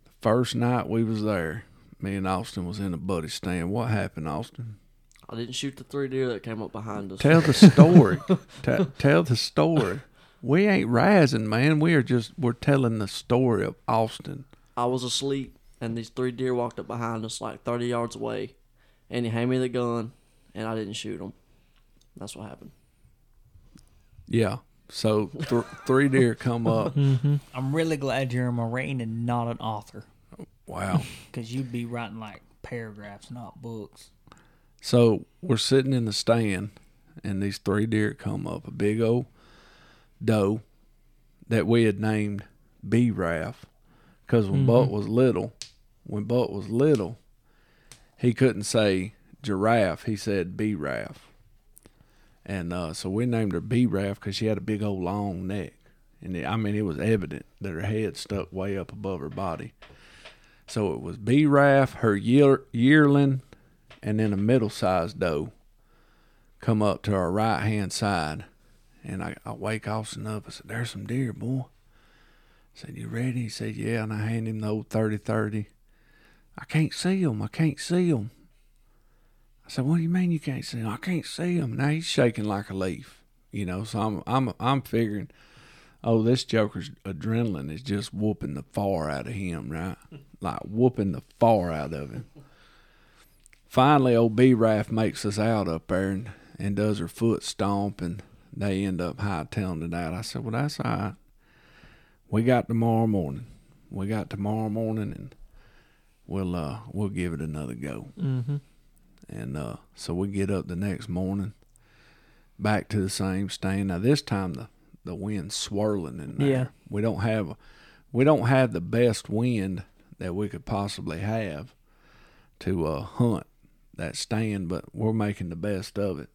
Speaker 1: the first night we was there, me and Austin was in a buddy stand. What happened, Austin?
Speaker 3: I didn't shoot the three deer that came up behind us.
Speaker 1: Tell the story. Te- tell the story. We ain't rising, man. We are just we're telling the story of Austin.
Speaker 3: I was asleep, and these three deer walked up behind us, like thirty yards away, and he handed me the gun, and I didn't shoot him. That's what happened.
Speaker 1: Yeah. So th- three deer come up.
Speaker 2: Hmm.
Speaker 4: I'm really glad you're a marine and not an author,
Speaker 1: Wow.
Speaker 4: because you'd be writing like paragraphs, not books.
Speaker 1: So we're sitting in the stand, and these three deer come up a big old doe that we had named B Raff. Because when Buck was little, when Buck was little, he couldn't say giraffe, he said B Raff. And uh, so we named her B Raff because she had a big old long neck. And it, I mean, it was evident that her head stuck way up above her body. So it was B Raff, her year, yearling, and then a middle sized doe come up to our right hand side. And I, I wake Austin up. I said, There's some deer, boy. I said, You ready? He said, Yeah. And I hand him the old 30 30. I can't see him. I can't see him. I said, What do you mean you can't see him? I can't see him. Now he's shaking like a leaf, you know. So I'm, I'm, I'm figuring, Oh, this Joker's adrenaline is just whooping the far out of him, right? Like whooping the far out of him finally old B Raff makes us out up there and, and does her foot stomp and they end up hightailing it out. I said, Well that's all right. We got tomorrow morning. We got tomorrow morning and we'll uh we'll give it another go.
Speaker 2: mm-hmm.
Speaker 1: And uh, so we get up the next morning, back to the same stand. Now this time the the wind's swirling in there.
Speaker 2: Yeah.
Speaker 1: We don't have we don't have the best wind that we could possibly have to uh, hunt that stand, but we're making the best of it.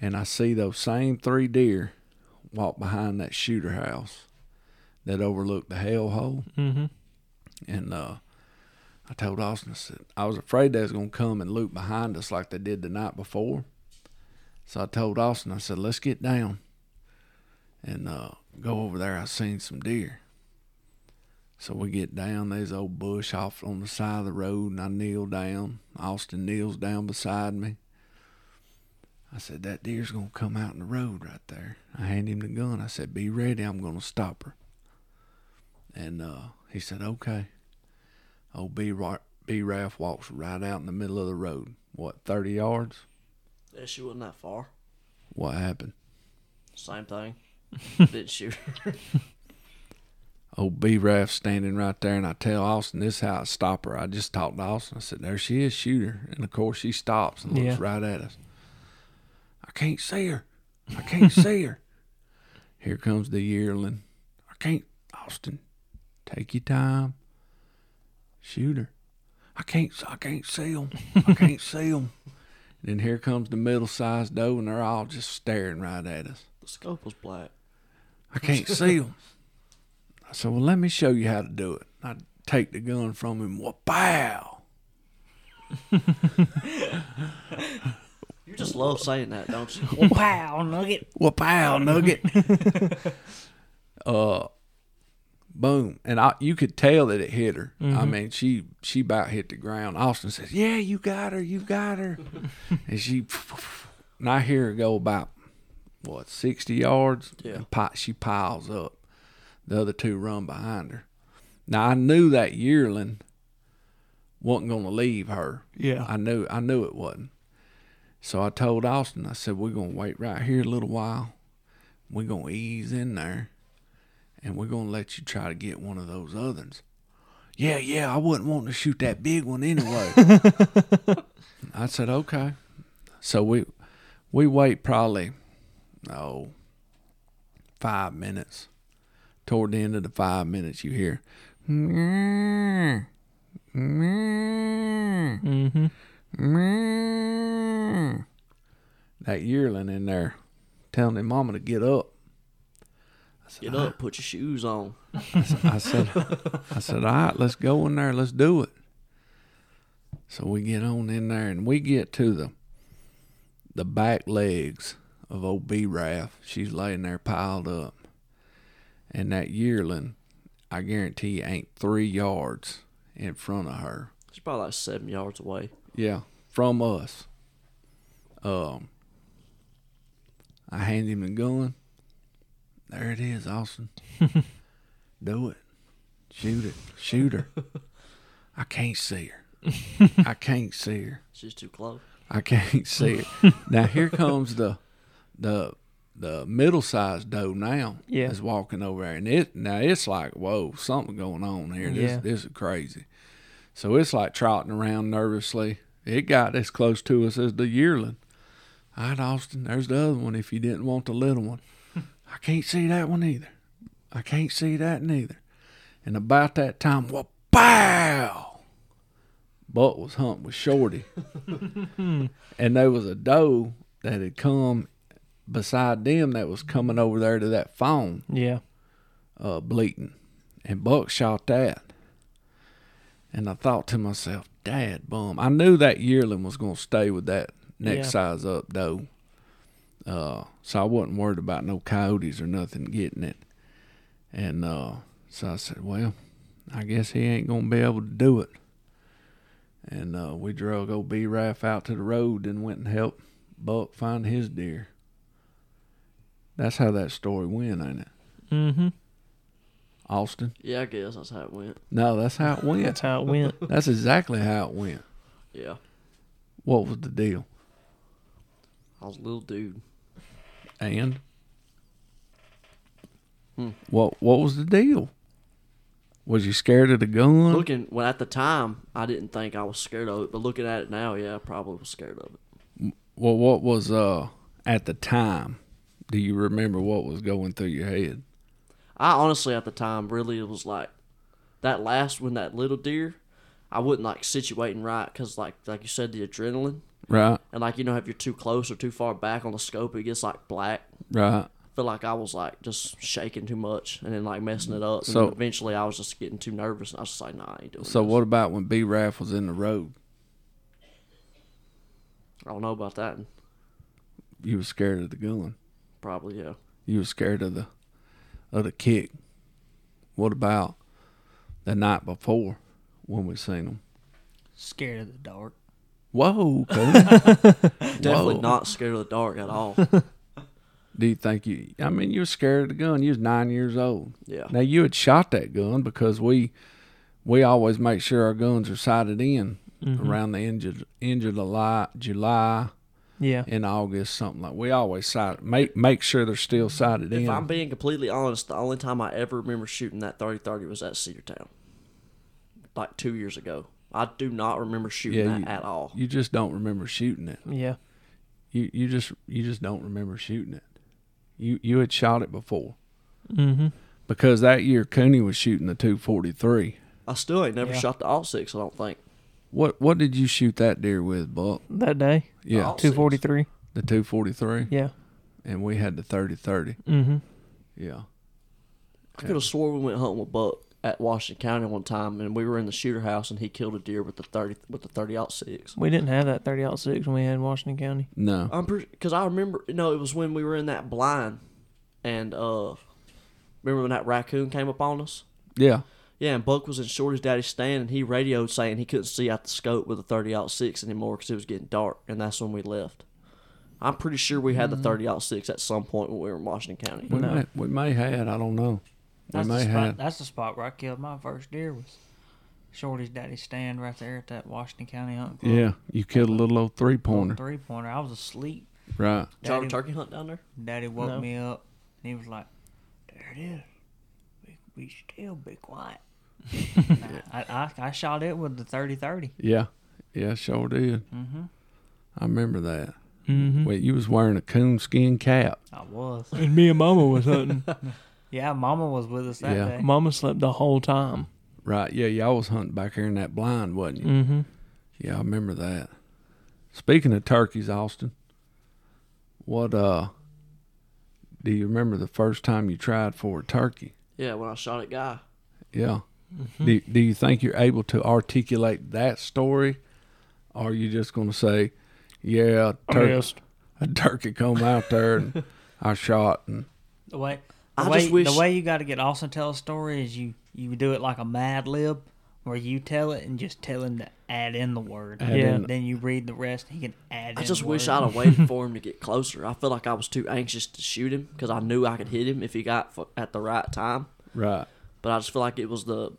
Speaker 1: And I see those same three deer walk behind that shooter house that overlooked the hell hole.
Speaker 2: Mm-hmm.
Speaker 1: And uh, I told Austin, I said, I was afraid they was going to come and loop behind us like they did the night before. So I told Austin, I said, let's get down and uh, go over there. I seen some deer. So we get down, there's old bush off on the side of the road, and I kneel down. Austin kneels down beside me. I said, That deer's going to come out in the road right there. I hand him the gun. I said, Be ready, I'm going to stop her. And uh, he said, Okay. Old B. Ra- B. Ralph walks right out in the middle of the road. What, 30 yards?
Speaker 3: Yeah, she wasn't that far.
Speaker 1: What happened?
Speaker 3: Same thing. Didn't shoot.
Speaker 1: Old B. Ralph standing right there, and I tell Austin, this is how I stop her. I just talked to Austin. I said, there she is, shoot her. And of course, she stops and looks
Speaker 2: Yeah.
Speaker 1: right at us. I can't see her. I can't see her. Here comes the yearling. I can't, Austin. Take your time. Shoot her. I can't, I can't see them. I can't see them. Then here comes the middle-sized doe, and they're all just staring right at us.
Speaker 3: The scope was black.
Speaker 1: I can't see him. I said, Well, let me show you how to do it. I take the gun from him. What pow?
Speaker 3: You just love saying that, don't you?
Speaker 4: Wow, nugget.
Speaker 1: What pow, nugget? uh, boom. And I, you could tell that it hit her. I mean, she she about hit the ground. Austin says, Yeah, you got her. You got her. and she, and I hear her go about, what, 60 yards?
Speaker 3: Yeah.
Speaker 1: And pi- she piles up. The other two run behind her. Now, I knew that yearling wasn't going to leave her.
Speaker 2: Yeah.
Speaker 1: I knew I knew it wasn't. So I told Austin, I said, We're gonna wait right here a little while. We're gonna ease in there and we're gonna let you try to get one of those others. Yeah, yeah, I wouldn't want to shoot that big one anyway. I said, Okay. So we we wait probably oh five minutes. Toward the end of the five minutes you hear
Speaker 2: Mm-hmm.
Speaker 1: that yearling in there telling his mama to get up.
Speaker 3: Get up, put your shoes on.
Speaker 1: I said, I said, all right, let's go in there, let's do it. So we get on in there and we get to the the back legs of old B Raff. She's laying there piled up. And that yearling, I guarantee you, ain't three yards in front of her.
Speaker 3: She's probably like seven yards away.
Speaker 1: Yeah, from us. Um, I hand him the gun. There it is, Austin. Do it. Shoot it. Shoot her. I can't see her. I can't see her.
Speaker 3: She's too close.
Speaker 1: I can't see it. now here comes the the the middle sized doe now
Speaker 2: Yeah.
Speaker 1: is walking over there. And it now it's like, whoa, something going on here. This
Speaker 2: Yeah.
Speaker 1: this is crazy. So it's like trotting around nervously. It got as close to us as the yearling. All right, Austin, there's the other one if you didn't want the little one. I can't see that one either. I can't see that neither. And about that time, well, pow! Butt was humped with Shorty. and there was a doe that had come beside them that was coming over there to that phone
Speaker 2: Yeah.
Speaker 1: uh, bleating. And Buck shot that. And I thought to myself, Dad, bum. I knew that yearling was going to stay with that next
Speaker 2: Yeah.
Speaker 1: size up doe. Uh, so I wasn't worried about no coyotes or nothing getting it. And uh, so I said, Well, I guess he ain't going to be able to do it. And uh, we drug old B Raff out to the road and went and helped Buck find his deer. That's how that story went, ain't it?
Speaker 2: Mm-hmm.
Speaker 1: Austin?
Speaker 3: Yeah, I guess that's how it went.
Speaker 1: No, that's how it
Speaker 2: That's
Speaker 1: went.
Speaker 2: how it went.
Speaker 1: That's exactly how it went.
Speaker 3: Yeah.
Speaker 1: What was the deal?
Speaker 3: I was a little dude.
Speaker 1: And what what was the deal? Was you scared of the gun?
Speaker 3: Looking, well, at the time, I didn't think I was scared of it, but looking at it now, yeah, I probably was scared of it.
Speaker 1: well, what was uh at the time? Do you remember what was going through your head?
Speaker 3: I honestly, at the time, really it was like that last one, that little deer. I wouldn't like situating right because, like, like you said, the adrenaline
Speaker 1: Right,
Speaker 3: and like you know, if you're too close or too far back on the scope, it gets like black.
Speaker 1: right.
Speaker 3: feel like I was like just shaking too much and then like messing it up.
Speaker 1: So-
Speaker 3: and then eventually I was just getting too nervous and I was just like, nah, I ain't doing
Speaker 1: So
Speaker 3: this.
Speaker 1: what about when B Raff was in the road?
Speaker 3: I don't know about that.
Speaker 1: You was scared of the gun.
Speaker 3: Probably, yeah.
Speaker 1: You was scared of the of the kick. What about the night before when we seen him?
Speaker 4: Scared of the dark.
Speaker 1: Whoa, Cody.
Speaker 3: Definitely
Speaker 1: Whoa.
Speaker 3: not scared of the dark at all.
Speaker 1: Do you think you? I mean, you were scared of the gun. You was nine years old.
Speaker 3: Yeah.
Speaker 1: Now you had shot that gun because we we always make sure our guns are sighted in
Speaker 3: Mm-hmm.
Speaker 1: around the end of, end of July, July
Speaker 2: Yeah.
Speaker 1: and August, something like. We always sight make make sure they're still sighted
Speaker 3: If
Speaker 1: in.
Speaker 3: I'm being completely honest, the only time I ever remember shooting that 30-30 was at Cedar Town, like two years ago. I do not remember shooting
Speaker 1: Yeah,
Speaker 3: that
Speaker 1: you-
Speaker 3: at all.
Speaker 1: you just don't remember shooting it.
Speaker 2: Yeah.
Speaker 1: You you just you just don't remember shooting it. You you had shot it before
Speaker 2: Mm-hmm.
Speaker 1: because that year Cooney was shooting the 243.
Speaker 3: I still ain't never
Speaker 2: Yeah.
Speaker 3: shot the all six. I don't think.
Speaker 1: What what did you shoot that deer with, Buck?
Speaker 2: That day,
Speaker 1: Yeah,
Speaker 3: Oh. Six.
Speaker 2: two forty three.
Speaker 1: the 243,
Speaker 2: Yeah.
Speaker 1: and we had the 3030.
Speaker 2: Mm-hmm.
Speaker 1: Yeah.
Speaker 3: I could have swore we went hunting with Buck at Washington County one time, and we were in the shooter house, and he killed a deer with the thirty with the thirty out six.
Speaker 2: We didn't have that thirty out six when we had in Washington County.
Speaker 1: No.
Speaker 3: I'm because I remember. No, it was when we were in that blind, and uh, remember when that raccoon came up on us?
Speaker 1: Yeah.
Speaker 3: Yeah, and Buck was in Shorty's daddy's stand, and he radioed saying he couldn't see out the scope with a thirty out six anymore because it was getting dark, and that's when we left. I'm pretty sure we had the thirty out six at some point when we were in Washington County.
Speaker 1: We
Speaker 2: No.
Speaker 1: may we may had, I don't know. We
Speaker 4: That's the,
Speaker 1: may
Speaker 4: spot,
Speaker 1: had.
Speaker 4: that's the spot where I killed my first deer was Shorty's daddy stand right there at that Washington County hunting club.
Speaker 1: Yeah, you killed a little old three pointer.
Speaker 4: Three pointer. I was asleep.
Speaker 1: Right.
Speaker 3: Y'all
Speaker 4: Daddy-
Speaker 3: ever turkey hunt down there?
Speaker 4: Daddy woke
Speaker 2: No.
Speaker 4: me up and he was like, There it is. Be, be still, be quiet. Nah, I, I, I shot it with the 30 30.
Speaker 1: Yeah. Yeah, sure did. Mm-hmm. I remember that.
Speaker 2: Mm-hmm.
Speaker 1: Wait, you was wearing a coonskin cap.
Speaker 4: I was.
Speaker 2: And me and Mama was hunting.
Speaker 4: Yeah, Mama was with us that
Speaker 1: Yeah.
Speaker 4: day.
Speaker 2: Mama slept the whole time.
Speaker 1: Right. Yeah, y'all was hunting back here in that blind, wasn't you?
Speaker 2: Mm-hmm.
Speaker 1: Yeah, I remember that. Speaking of turkeys, Austin, what uh do you remember the first time you tried for a turkey?
Speaker 3: Yeah, when I shot at Guy.
Speaker 1: Yeah. Do do you think you're able to articulate that story? Or are you just gonna say, Yeah, a
Speaker 2: Tur-
Speaker 1: turkey a turkey come out there and I shot and
Speaker 4: The way, the,
Speaker 3: I
Speaker 4: way,
Speaker 3: just wish-
Speaker 4: the way you got to get Austin to tell a story is you, you do it like a Mad Lib where you tell it and just tell him to add in the word.
Speaker 1: Add
Speaker 2: Yeah.
Speaker 1: in-
Speaker 4: Then you read the rest. He can add
Speaker 3: I
Speaker 4: in
Speaker 3: just wish
Speaker 4: words.
Speaker 3: I'd have waited for him to get closer. I feel like I was too anxious to shoot him because I knew I could hit him if he got fu- at the right time.
Speaker 1: Right.
Speaker 3: But I just feel like it was the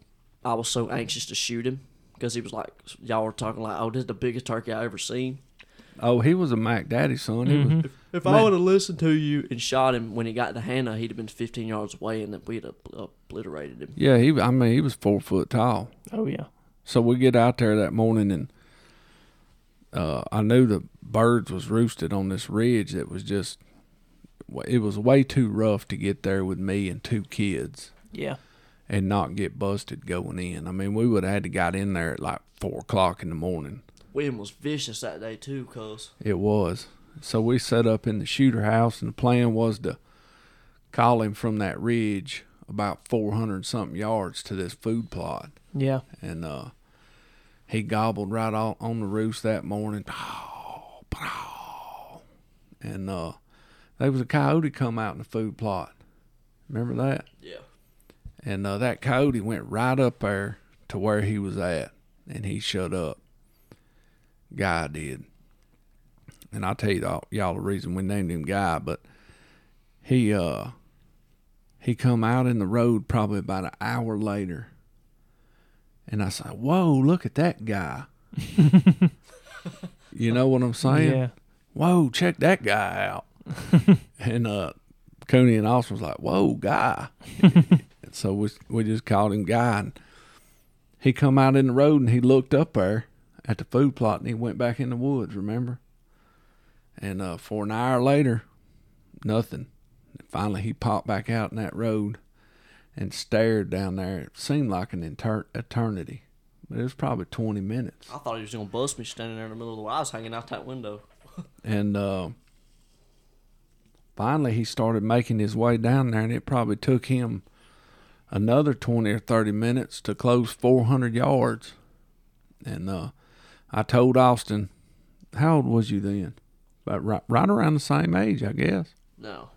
Speaker 3: I was so anxious to shoot him because he was like y'all were talking like oh this is the biggest turkey I ever seen.
Speaker 1: Oh, he was a Mac Daddy son. He was
Speaker 3: If I would have listened to you and shot him when he got to Hannah, he'd have been 15 yards away and then we'd have uh, obliterated him.
Speaker 1: Yeah, he I mean he was four foot tall.
Speaker 2: Oh yeah.
Speaker 1: So we get out there that morning, and uh, I knew the birds was roosted on this ridge that was just. It was way too rough to get there with me and two kids
Speaker 2: Yeah.
Speaker 1: and not get busted going in. I mean, we would have had to got in there at like four o'clock in the morning.
Speaker 3: William was vicious that day too, cuz.
Speaker 1: It was. So we set up in the shooter house, and the plan was to call him from that ridge about four hundred something yards to this food plot
Speaker 2: Yeah.
Speaker 1: and uh, he gobbled right on, on the roost that morning. Pow, pow. And uh, there was a coyote come out in the food plot. Remember that?
Speaker 3: Yeah.
Speaker 1: And uh, that coyote went right up there to where he was at, and he shut up. Guy did. And I'll tell you all, y'all the reason we named him Guy, but he uh he come out in the road probably about an hour later. And I said, Whoa, look at that guy. you know what I'm saying?
Speaker 2: Yeah.
Speaker 1: Whoa, check that guy out. and uh Cooney and Austin was like, Whoa, guy. And so we we just called him Guy, and he come out in the road and he looked up there at the food plot and he went back in the woods. Remember? And uh, for an hour later, nothing. And finally, he popped back out in that road and stared down there. It seemed like an inter- eternity, but it was probably twenty minutes.
Speaker 3: I thought he was going to bust me standing there in the middle of the woods. I was hanging out that window.
Speaker 1: And uh, finally, he started making his way down there, and it probably took him another 20 or 30 minutes to close 400 yards. And uh, I told Austin, How old was you then? About right, right around the same age, I guess.
Speaker 3: No.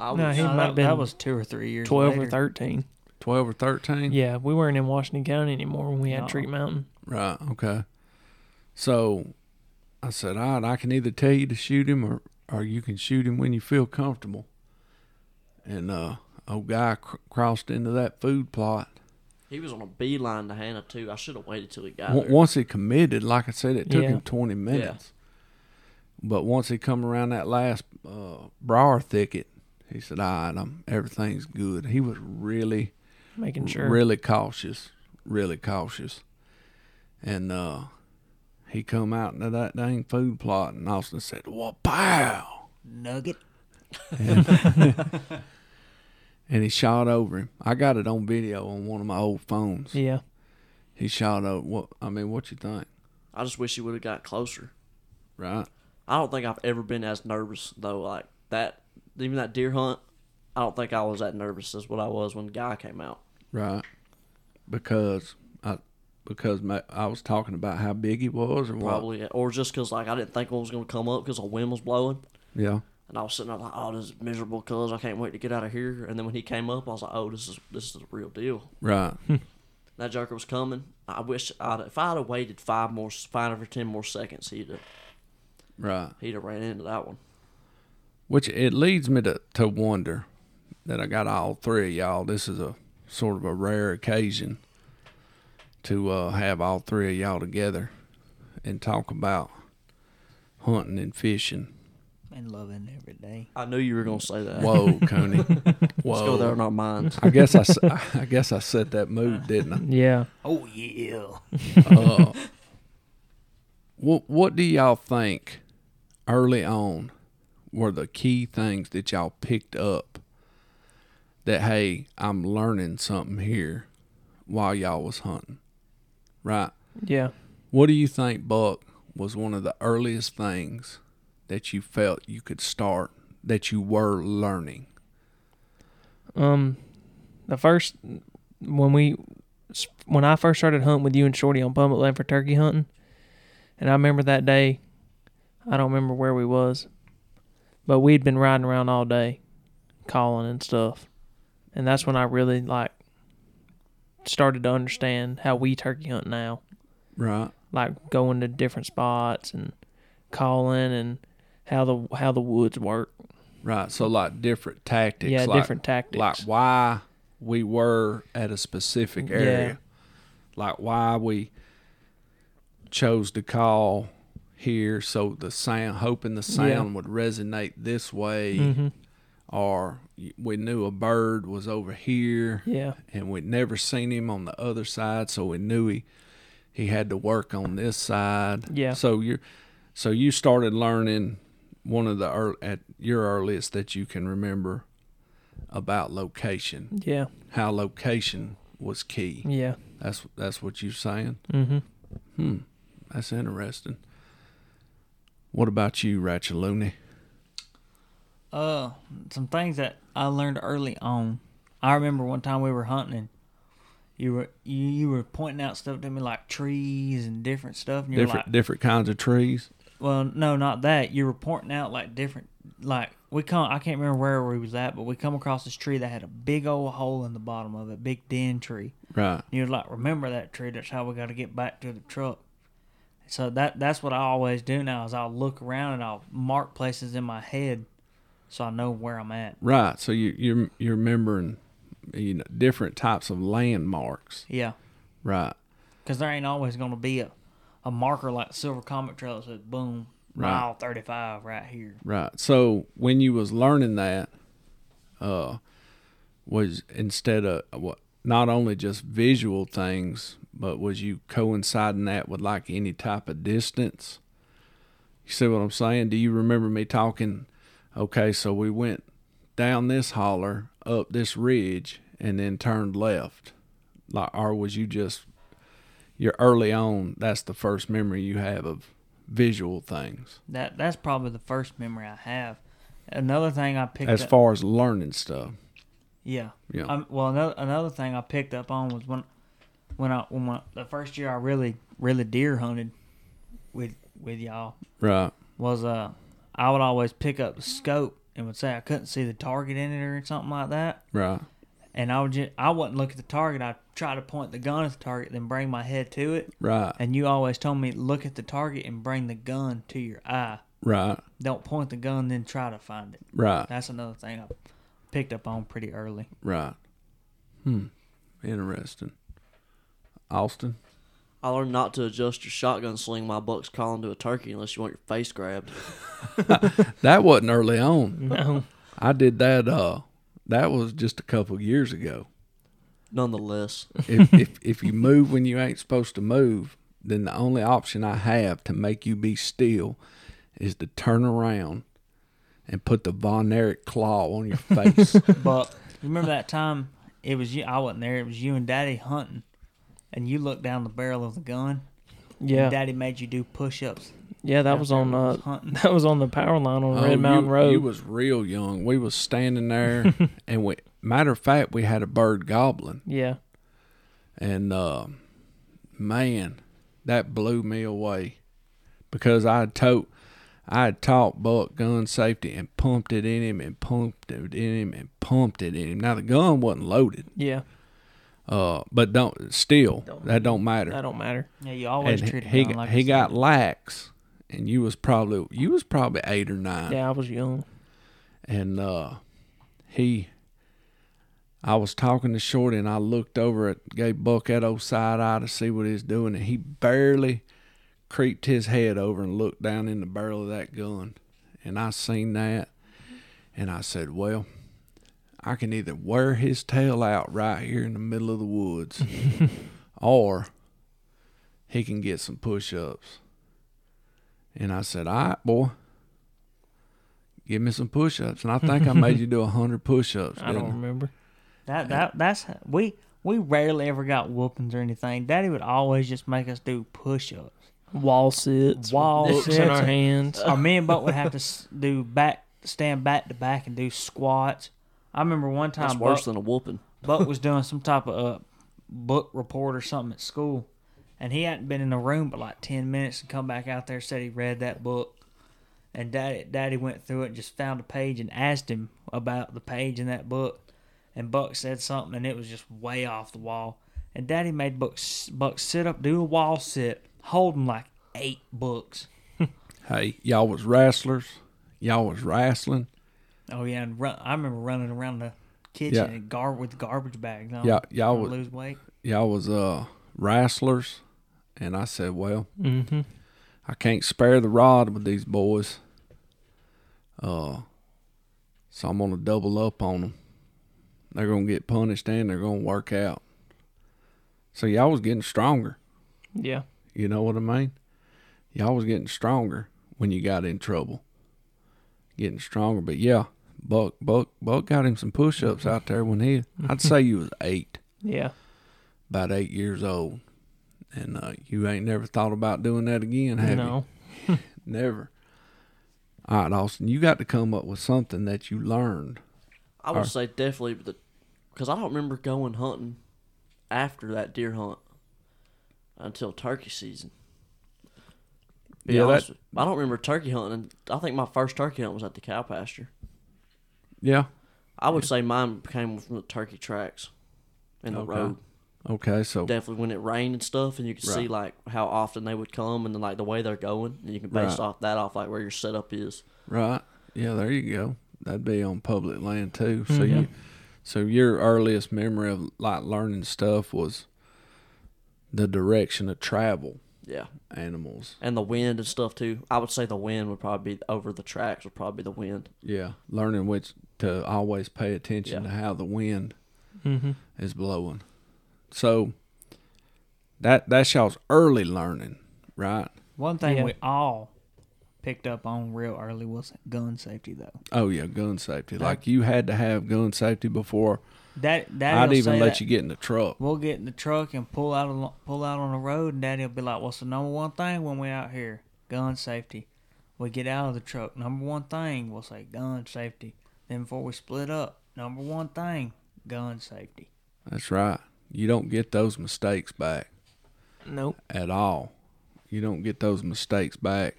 Speaker 3: I was
Speaker 2: No, he
Speaker 4: No,
Speaker 2: might
Speaker 4: that,
Speaker 2: have been
Speaker 4: that was two or three years
Speaker 2: twelve
Speaker 4: later.
Speaker 2: or thirteen.
Speaker 1: 12 or 13?
Speaker 2: Yeah, we weren't in Washington County anymore when we had
Speaker 4: No.
Speaker 2: Treat Mountain.
Speaker 1: Right. Okay. So I said, all right, I can either tell you to shoot him or, or you can shoot him when you feel comfortable. And uh, old guy cr- crossed into that food plot
Speaker 3: He was on a beeline to Hannah too. I should have waited till he got
Speaker 1: W-
Speaker 3: there.
Speaker 1: once he committed, like I said, it took
Speaker 2: Yeah.
Speaker 1: him 20 minutes. But once he come around that last uh, briar thicket, he said, "All right, I'm, everything's good." He was really,
Speaker 2: making sure.
Speaker 1: really cautious, really cautious, and uh, he come out into that dang food plot, and Austin said, "Well, pow!"
Speaker 4: Nugget.
Speaker 1: and he shot over him. I got it on video on one of my old phones.
Speaker 2: Yeah.
Speaker 1: He shot over. What I mean, what you think,
Speaker 3: I just wish he would have got closer.
Speaker 1: right?
Speaker 3: I don't think I've ever been as nervous though. Like that, even that deer hunt. I don't think I was that nervous as what I was when Guy came out.
Speaker 1: Right. Because I because ma I was talking about how big he was or what.
Speaker 3: Probably, or just because like I didn't think one was gonna come up because a wind was blowing,
Speaker 1: Yeah.
Speaker 3: and I was sitting there like, "Oh, this is miserable, cuz I can't wait to get out of here." And then when he came up, I was like, "Oh, this is this is the real deal."
Speaker 1: Right.
Speaker 2: Hmm.
Speaker 3: That joker was coming. I wish I'd if I'd have waited five more, five or ten more seconds, he'd have,
Speaker 1: right.
Speaker 3: he'd have ran into that one.
Speaker 1: Which it leads me to, to wonder that I got all three of y'all. This is a sort of a rare occasion to uh, have all three of y'all together and talk about hunting and fishing.
Speaker 4: And loving every day.
Speaker 3: I knew you were gonna say that.
Speaker 1: Whoa, Coney. Whoa.
Speaker 3: Let's go there in our minds.
Speaker 1: I guess I, s- I guess I set that mood, didn't I?
Speaker 2: Yeah.
Speaker 4: Oh yeah.
Speaker 1: uh, what what do y'all think early on were the key things that y'all picked up that hey I'm learning something here while y'all was hunting right
Speaker 2: Yeah.
Speaker 1: what do you think buck was one of the earliest things that you felt you could start that you were learning
Speaker 2: Um, the first when we when I first started hunting with you and Shorty on public land for turkey hunting, and I remember that day. I don't remember where we was, but we'd been riding around all day, calling and stuff, and that's when I really like started to understand how we turkey hunt now
Speaker 1: right
Speaker 2: like going to different spots and calling and how the how the woods work.
Speaker 1: right so like different tactics
Speaker 2: yeah,
Speaker 1: like-
Speaker 2: different tactics.
Speaker 1: like why we were at a specific area like why we chose to call here so the sound hoping the sound would resonate this way
Speaker 2: Mm-hmm.
Speaker 1: or we knew a bird was over here
Speaker 2: yeah,
Speaker 1: and we'd never seen him on the other side so we knew he he had to work on this side
Speaker 2: Yeah.
Speaker 1: so you so you started learning one of the ear at your earliest that you can remember about location
Speaker 2: yeah,
Speaker 1: how location was key.
Speaker 2: Mm-hmm. yeah.
Speaker 1: That's that's what you're saying.
Speaker 2: Mhm.
Speaker 1: Hmm. That's interesting. What about you, Ratchaluni?
Speaker 4: Uh, some things that I learned early on. I remember one time we were hunting. And you were you, you were pointing out stuff to me like trees and different stuff, and you're
Speaker 1: Different
Speaker 4: like,
Speaker 1: different kinds of trees.
Speaker 4: "Well, no, not that." You were pointing out like different, like we come. I can't remember where we was at, but we come across this tree that had a big old hole in the bottom of it, big den tree.
Speaker 1: Right.
Speaker 4: And you're like, "Remember that tree? That's how we got to get back to the truck." So that that's what I always do now is I'll look around and I'll mark places in my head, so I know where I'm at.
Speaker 1: Right. So you you're you're remembering you know different types of landmarks.
Speaker 4: Yeah.
Speaker 1: Right.
Speaker 4: because there ain't always going to be a, a marker like Silver Comet Trail that says boom
Speaker 1: Right.
Speaker 4: mile thirty five right here.
Speaker 1: Right. So when you was learning that, uh, was instead of what not only just visual things, but was you coinciding that with like any type of distance? You see what I'm saying? Do you remember me talking? Okay, so we went down this holler, up this ridge, and then turned left. Like, or was you just you're early on? That's the first memory you have of visual things
Speaker 4: That that's probably the first memory I have. Another thing I picked
Speaker 1: as
Speaker 4: up,
Speaker 1: far as learning stuff.
Speaker 4: yeah,
Speaker 1: Yeah.
Speaker 4: Um, well, another another thing I picked up on was when when I when I, the first year I really really deer hunted with with y'all
Speaker 1: Right.
Speaker 4: was uh I would always pick up the scope and would say I couldn't see the target in it or something like that.
Speaker 1: Right.
Speaker 4: And I would just, I wouldn't look at the target. I'd try to point the gun at the target, then bring my head to it,
Speaker 1: Right.
Speaker 4: And you always told me, look at the target and bring the gun to your eye.
Speaker 1: Right.
Speaker 4: Don't point the gun, then try to find it.
Speaker 1: Right.
Speaker 4: That's another thing I picked up on pretty early.
Speaker 1: Right. Hmm. Interesting. Austin.
Speaker 3: I learned not to adjust your shotgun sling while bucks calling to a turkey unless you want your face grabbed.
Speaker 1: That wasn't early on.
Speaker 2: No.
Speaker 1: I did that. Uh, that was just a couple years ago.
Speaker 3: Nonetheless,
Speaker 1: If if if you move when you ain't supposed to move, then the only option I have to make you be still is to turn around and put the von Erich claw on your face.
Speaker 4: But you remember that time it was you? I wasn't there. It was you and Daddy hunting, and you looked down the barrel of the gun.
Speaker 2: Yeah.
Speaker 4: And Daddy made you do push-ups.
Speaker 2: yeah, that
Speaker 4: after
Speaker 2: was on
Speaker 4: we was
Speaker 2: uh,
Speaker 4: hunting.
Speaker 2: that was on the power line on
Speaker 1: Oh,
Speaker 2: Red Mountain
Speaker 1: you,
Speaker 2: Road.
Speaker 1: You was real young. We was standing there, and we matter of fact, we had a bird goblin,
Speaker 2: yeah.
Speaker 1: and uh, man, that blew me away because I had taught I had taught Buck gun safety and pumped it in him and pumped it in him and pumped it in him. Now the gun wasn't loaded,
Speaker 2: Yeah.
Speaker 1: uh, but don't still that don't matter.
Speaker 2: That don't matter.
Speaker 4: Yeah, you always
Speaker 1: And
Speaker 4: treated
Speaker 1: he
Speaker 4: him
Speaker 1: got-
Speaker 4: like a
Speaker 1: he
Speaker 4: son.
Speaker 1: got lax, and you was probably you was probably eight or nine.
Speaker 2: Yeah, I was young.
Speaker 1: and uh he I was talking to Shorty and I looked over at gave Buck that old side eye to see what he was doing and he barely creeped his head over and looked down in the barrel of that gun. And I seen that and I said, Well, I can either wear his tail out right here in the middle of the woods or he can get some push ups. And I said, All right, boy, give me some push ups. And I think I made you do a hundred push ups.
Speaker 2: I don't remember.
Speaker 4: That that that's we we rarely ever got whoopings or anything. Daddy would always just make us do push-ups.
Speaker 2: Wall sits,
Speaker 4: Wall
Speaker 2: books in
Speaker 4: sits.
Speaker 2: our hands.
Speaker 4: or me and Buck would have to s- do back stand back to back and do squats. I remember one
Speaker 3: that's
Speaker 4: time
Speaker 3: worse
Speaker 4: Buck,
Speaker 3: than a whooping.
Speaker 4: Buck was doing some type of uh, book report or something at school, and he hadn't been in the room but like ten minutes and come back out there said he read that book. And daddy, daddy went through it and just found a page and asked him about the page in that book. And Buck said something and it was just way off the wall. And daddy made Buck, s- Buck sit up, do a wall sit, holding like eight books.
Speaker 1: Hey, y'all was wrestlers. Y'all was wrestling.
Speaker 4: Oh yeah, and run, I remember running around the kitchen
Speaker 1: Yeah.
Speaker 4: and gar- with garbage bags on.
Speaker 1: Yeah, y'all
Speaker 4: trying to
Speaker 1: would-
Speaker 4: lose weight.
Speaker 1: Y'all was uh wrestlers. And I said, Well, I can't spare the rod with these boys. Uh so I'm gonna double up on them. They're gonna get punished and they're gonna work out. So y'all was getting stronger.
Speaker 2: Yeah.
Speaker 1: You know what I mean? Y'all was getting stronger when you got in trouble. Getting stronger, but yeah, Buck, Buck, Buck got him some push-ups out there when he. I'd say you was eight,
Speaker 2: Yeah.
Speaker 1: about eight years old, and uh, you ain't never thought about doing that again, have
Speaker 2: no.
Speaker 1: you? Never. All right, Austin, you got to come up with something that you learned.
Speaker 3: I would say definitely the, because I don't remember going hunting after that deer hunt until turkey season. Be
Speaker 1: Yeah,
Speaker 3: honest
Speaker 1: that-
Speaker 3: with you. I don't remember turkey hunting. I think my first turkey hunt was at the cow pasture.
Speaker 1: Yeah.
Speaker 3: I would say mine came from the turkey tracks in the
Speaker 1: Okay.
Speaker 3: road.
Speaker 1: Okay, so
Speaker 3: Definitely when it rained and stuff, and you could see
Speaker 1: Right.
Speaker 3: like how often they would come and then like the way they're going, and you can base
Speaker 1: Right.
Speaker 3: off that off like where your setup is.
Speaker 1: right, yeah, there you go. That'd be on public land too. So
Speaker 4: Mm-hmm.
Speaker 1: you, so your earliest memory of like learning stuff was the direction of travel
Speaker 3: Yeah,
Speaker 1: animals.
Speaker 3: and the wind and stuff too. I would say the wind would probably be over the tracks. Would probably be the wind.
Speaker 1: Yeah, learning which to always pay attention
Speaker 3: Yeah.
Speaker 1: to how the wind
Speaker 4: Mm-hmm.
Speaker 1: is blowing. So that that's y'all's early learning, right?
Speaker 4: One thing
Speaker 2: Yeah.
Speaker 4: we all picked up on real early was gun safety, though.
Speaker 1: Oh yeah, gun safety. Like you had to have gun safety before
Speaker 4: That Daddy
Speaker 1: I'd
Speaker 4: will
Speaker 1: even
Speaker 4: say
Speaker 1: let
Speaker 4: that.
Speaker 1: you get in the truck.
Speaker 4: We'll get in the truck and pull out al- pull out on the road, and Daddy'll be like, "What's the number one thing when we're out here? Gun safety." We get out of the truck. Number one thing, we'll say gun safety. Then before we split up, number one thing, gun safety.
Speaker 1: That's right. You don't get those mistakes back.
Speaker 2: Nope.
Speaker 1: at all. You don't get those mistakes back.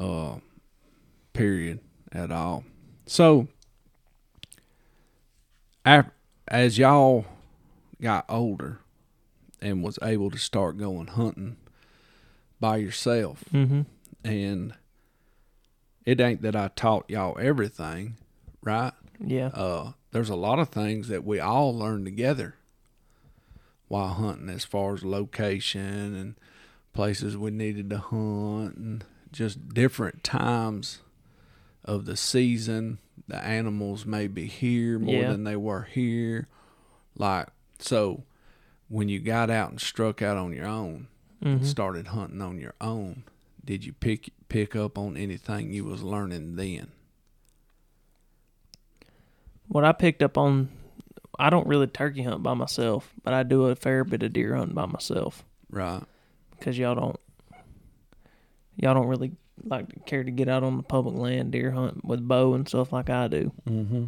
Speaker 1: Uh, period at all. So, af- as y'all got older and was able to start going hunting by yourself,
Speaker 2: Mm-hmm.
Speaker 1: and it ain't that I taught y'all everything, right?
Speaker 2: Yeah.
Speaker 1: uh, there's a lot of things that we all learn together while hunting as far as location and places we needed to hunt and just different times of the season the animals may be here more
Speaker 2: Yeah.
Speaker 1: than they were here like so when you got out and struck out on your own and started hunting on your own did you pick pick up on anything you was learning then
Speaker 2: What I picked up on, I don't really turkey hunt by myself, but I do a fair bit of deer hunting by myself
Speaker 1: right
Speaker 2: because y'all don't, y'all don't really like to care to get out on the public land deer hunt with bow and stuff like I do.
Speaker 1: mm-hmm.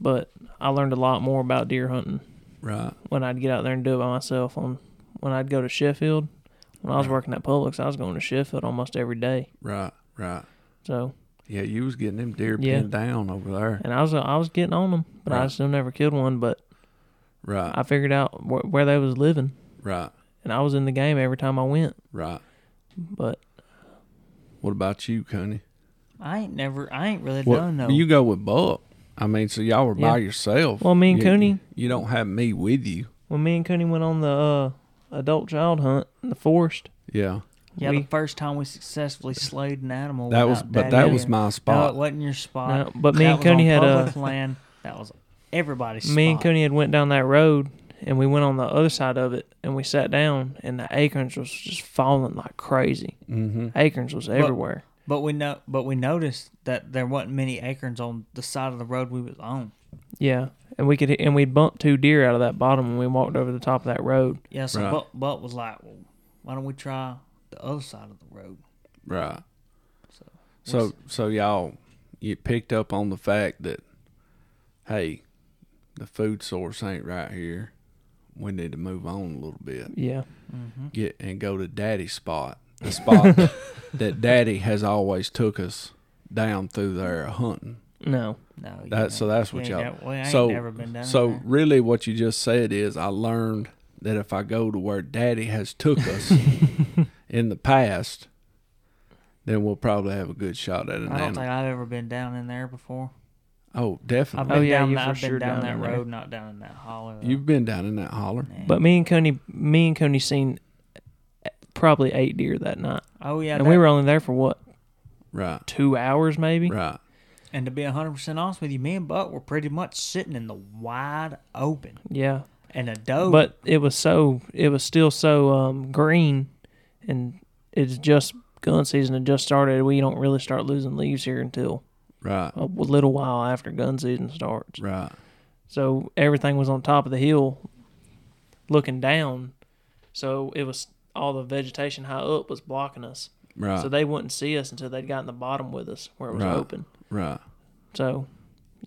Speaker 2: But I learned a lot more about deer hunting
Speaker 1: right
Speaker 2: when I'd get out there and do it by myself. On when I'd go to Sheffield, when I was working at Publix, I was going to Sheffield almost every day.
Speaker 1: right right
Speaker 2: So
Speaker 1: yeah you was getting them deer
Speaker 2: Yeah.
Speaker 1: pinned down over there
Speaker 2: and I was I was getting on them, but I
Speaker 1: Right.
Speaker 2: still never killed one. But
Speaker 1: right
Speaker 2: I figured out wh- where they was living,
Speaker 1: right
Speaker 2: and I was in the game every time I went.
Speaker 1: right
Speaker 2: But
Speaker 1: what about you Connie
Speaker 4: I ain't never. I ain't really
Speaker 1: Well,
Speaker 4: done no.
Speaker 1: You go with Buck. I mean, so y'all were by
Speaker 2: Yeah.
Speaker 1: yourself.
Speaker 2: Well, me and
Speaker 1: You-
Speaker 2: Cooney-
Speaker 1: You don't have me with you.
Speaker 2: when me and Cooney went on the uh, adult child hunt in the forest,
Speaker 1: Yeah,
Speaker 4: yeah,
Speaker 2: we-
Speaker 4: the first time we successfully slayed an animal.
Speaker 1: that was,
Speaker 4: without
Speaker 1: but
Speaker 4: Daddy
Speaker 1: that was
Speaker 4: there.
Speaker 1: my
Speaker 4: No,
Speaker 1: spot.
Speaker 4: it wasn't your spot.
Speaker 2: No, but me
Speaker 4: That
Speaker 2: and
Speaker 4: was on
Speaker 2: Coney had, uh,
Speaker 4: public land. That was everybody's.
Speaker 2: me and
Speaker 4: spot.
Speaker 2: Cooney had went down that road, and we went on the other side of it, and we sat down, and the acorns was just falling like crazy.
Speaker 1: mm-hmm.
Speaker 2: Acorns was everywhere.
Speaker 4: But we know, but we noticed that there wasn't many acorns on the side of the road we was on.
Speaker 2: Yeah, and we could hit- and we bumped two deer out of that bottom when we walked over the top of that road.
Speaker 4: Yeah, so
Speaker 1: Right.
Speaker 4: Buck, Buck was like, well, "Why don't we try the other side of the road?"
Speaker 1: Right. So, so y'all, you picked up on the fact that, hey, the food source ain't right here. We need to move on a little bit.
Speaker 2: Yeah,
Speaker 1: Get and go to Daddy's spot. The spot that Daddy has always took us down through there hunting.
Speaker 2: no,
Speaker 4: No, you
Speaker 1: That so that's what
Speaker 4: You
Speaker 1: y'all.
Speaker 4: ain't never- well, I ain't
Speaker 1: so
Speaker 4: never been down
Speaker 1: so
Speaker 4: there.
Speaker 1: really, what you just said is I learned that if I go to where Daddy has took us in the past, then we'll probably have a good shot at an
Speaker 4: I don't think
Speaker 1: animal.
Speaker 4: I've ever been down in there before.
Speaker 1: Oh,
Speaker 4: I've
Speaker 1: definitely.
Speaker 4: been
Speaker 2: Oh, yeah,
Speaker 4: down,
Speaker 2: you
Speaker 4: that,
Speaker 2: for
Speaker 4: I've been
Speaker 2: sure
Speaker 4: down,
Speaker 2: down in
Speaker 4: that
Speaker 2: there.
Speaker 4: road, not down in that hollow. though.
Speaker 1: You've been down in that holler.
Speaker 2: but me and Cooney, me and Cooney seen probably eight deer that night,
Speaker 4: oh yeah,
Speaker 2: and we were only there for what
Speaker 1: Right.
Speaker 2: two hours maybe.
Speaker 1: Right.
Speaker 4: And to be hundred percent honest with you, me and Buck were pretty much sitting in the wide open,
Speaker 2: Yeah,
Speaker 4: and a doe.
Speaker 2: but it was so it was still so um, green, and it's just gun season had just started. We don't really start losing leaves here until
Speaker 1: Right.
Speaker 4: Oh.
Speaker 2: a little while after gun season starts.
Speaker 1: Right.
Speaker 2: So everything was on top of the hill, looking down. So it was all the vegetation high up was blocking us.
Speaker 1: Right.
Speaker 2: So they wouldn't see us until they'd gotten the bottom with us where it was
Speaker 1: Right.
Speaker 2: open.
Speaker 1: right.
Speaker 2: So,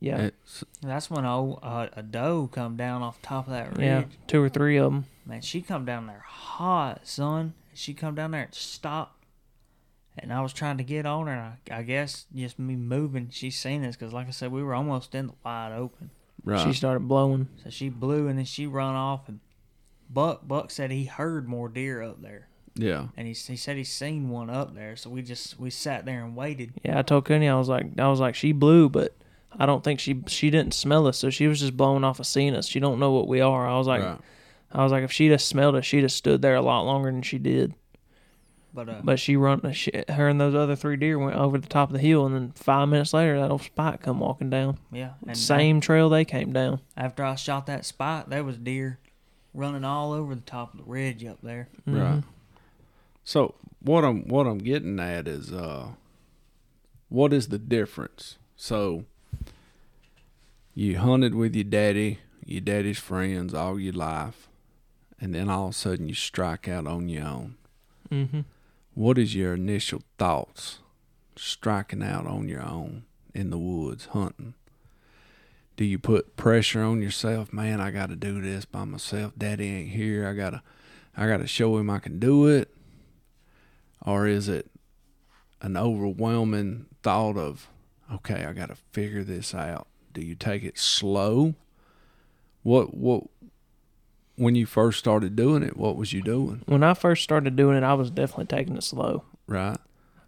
Speaker 2: yeah,
Speaker 1: It's-
Speaker 4: that's when old, uh, a doe come down off top of that ridge.
Speaker 2: yeah, two or three of them.
Speaker 4: Man, she come down there hot, son. She come down there and stopped. And I was trying to get on her. and I, I guess just me moving, she seen this because, like I said, we were almost in the wide open.
Speaker 1: right.
Speaker 2: She started blowing.
Speaker 4: So she blew and then she run off. And Buck Buck said he heard more deer up there,
Speaker 1: yeah.
Speaker 4: and he, he said he seen one up there. So we just we sat there and waited.
Speaker 2: Yeah, I told Cooney I was like, I was like, she blew, but I don't think she she didn't smell us, so she was just blowing off of seeing us. She don't know what we are. I was like,
Speaker 1: Right.
Speaker 2: I was like, if she'd have smelled us, she'd have stood there a lot longer than she did.
Speaker 4: But uh,
Speaker 2: But she run, she, her and those other three deer went over the top of the hill, and then five minutes later, that old spike come walking down.
Speaker 4: yeah, and
Speaker 2: Same trail they came down.
Speaker 4: After I shot that spot, there was deer running all over the top of the ridge up there.
Speaker 1: Right. So what I'm what I'm getting at is uh what is the difference? So you hunted with your daddy, your daddy's friends all your life, and then all of a sudden you strike out on your own.
Speaker 2: Mm-hmm.
Speaker 1: What is your initial thoughts striking out on your own in the woods hunting? Do you put pressure on yourself, man, I got to do this by myself. Daddy ain't here. I got to I got to show him I can do it. Or is it an overwhelming thought of, okay, I got to figure this out. Do you take it slow? What what when you first started doing it, what was you doing?
Speaker 2: When I first started doing it, I was definitely taking it slow.
Speaker 1: Right?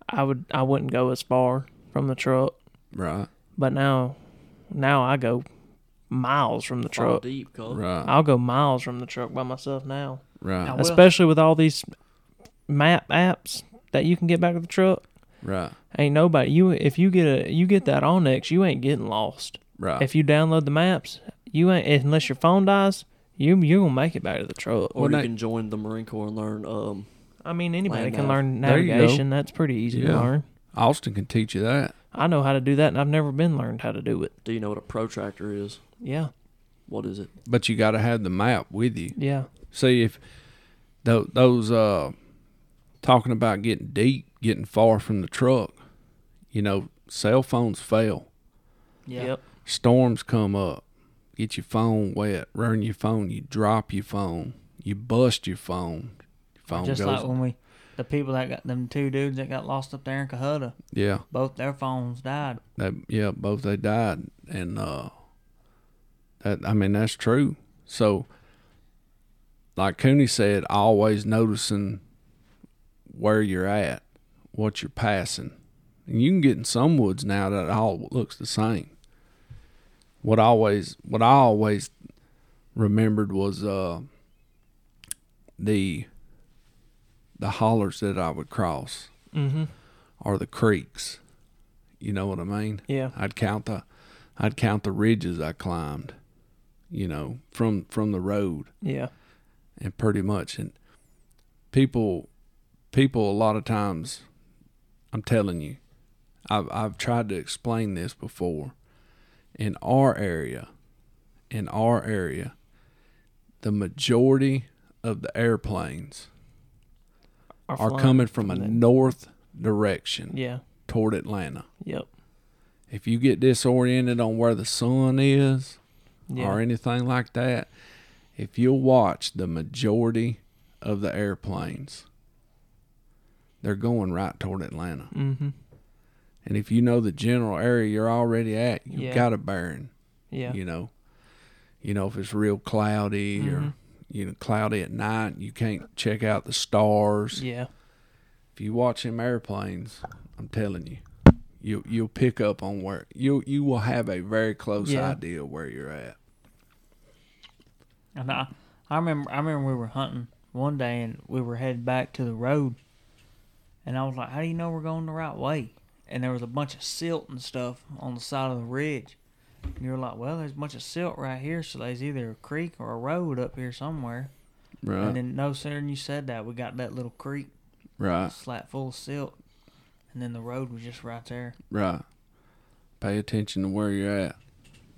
Speaker 2: I would, I wouldn't go as far from the truck,
Speaker 1: Right.
Speaker 2: but now, now I go miles from the
Speaker 3: Fall
Speaker 4: Oh,
Speaker 2: truck.
Speaker 3: deep, cuz.
Speaker 1: Right.
Speaker 2: I'll go miles from the truck by myself now,
Speaker 1: Right.
Speaker 4: Now- Well-
Speaker 2: especially with all these map apps that you can get back to the truck.
Speaker 1: Right.
Speaker 2: Ain't nobody you if you get a you get that Onyx, you ain't getting lost.
Speaker 1: Right.
Speaker 2: If you download the maps, you ain't unless your phone dies, you you gonna make it back to the truck.
Speaker 3: Or
Speaker 1: Well,
Speaker 3: you
Speaker 1: now-
Speaker 3: can join the Marine Corps and learn. Um,
Speaker 2: I mean, anybody
Speaker 3: Land
Speaker 2: can
Speaker 3: nav.
Speaker 2: learn
Speaker 1: There you go.
Speaker 2: navigation. That's pretty easy to
Speaker 1: Yeah.
Speaker 2: learn.
Speaker 1: Austin can teach you that.
Speaker 2: I know how to do that, and I've never been learned how to do it.
Speaker 3: do you know what a protractor is?
Speaker 2: Yeah,
Speaker 3: What is it?
Speaker 1: But you got to have the map with you.
Speaker 2: yeah,
Speaker 1: See if tho- those uh talking about getting deep, getting far from the truck. You know, cell phones fail.
Speaker 4: Yeah.
Speaker 2: yep.
Speaker 1: Storms come up. Get your phone wet. Run your phone. You drop your phone. You bust your phone. Your phone
Speaker 4: Just
Speaker 1: goes.
Speaker 4: like when we, the people that got them two dudes that got lost up there in Cahuta,
Speaker 1: yeah.
Speaker 4: both their phones died.
Speaker 1: That yeah, both they died, and uh, that I mean that's true. So, like Cooney said, always noticing where you're at, what you're passing, and you can get in some woods now that all looks the same. What always what I always remembered was uh the the hollers that I would cross
Speaker 2: Mm-hmm.
Speaker 1: or the creeks. You know what I mean?
Speaker 2: Yeah,
Speaker 1: I'd count the I'd count the ridges I climbed, you know, from from the road
Speaker 2: yeah,
Speaker 1: and pretty much and people people a lot of times I'm telling you, I've I've tried to explain this before. In our area, in our area, the majority of the airplanes
Speaker 2: Or
Speaker 1: are
Speaker 2: flying
Speaker 1: coming from a
Speaker 2: that-
Speaker 1: north direction
Speaker 2: Yeah,
Speaker 1: toward Atlanta.
Speaker 2: yep,
Speaker 1: If you get disoriented on where the sun is,
Speaker 2: yeah.
Speaker 1: or anything like that, if you'll watch the majority of the airplanes, they're going right toward Atlanta.
Speaker 2: mm-hmm.
Speaker 1: And if you know the general area you're already at, you've
Speaker 2: Yeah.
Speaker 1: got a bearing.
Speaker 2: Yeah,
Speaker 1: You know, you know if it's real cloudy or
Speaker 2: Mhm.
Speaker 1: you know cloudy at night, you can't check out the stars.
Speaker 2: yeah,
Speaker 1: If you watch them airplanes, I'm telling you. You, you'll pick up on where you you will have a very close
Speaker 2: Yeah.
Speaker 1: idea where you're at.
Speaker 4: And I, I remember, I remember we were hunting one day and we were headed back to the road, and I was like, "How do you know we're going the right way?" And there was a bunch of silt and stuff on the side of the ridge. And you were like, "Well, there's a bunch of silt right here, so there's either a creek or a road up here somewhere."
Speaker 1: Right.
Speaker 4: And then no sooner than you said that, we got that little creek
Speaker 1: right.
Speaker 4: slap full of silt, and then the road was just right there.
Speaker 1: Right. Pay attention to where you're at.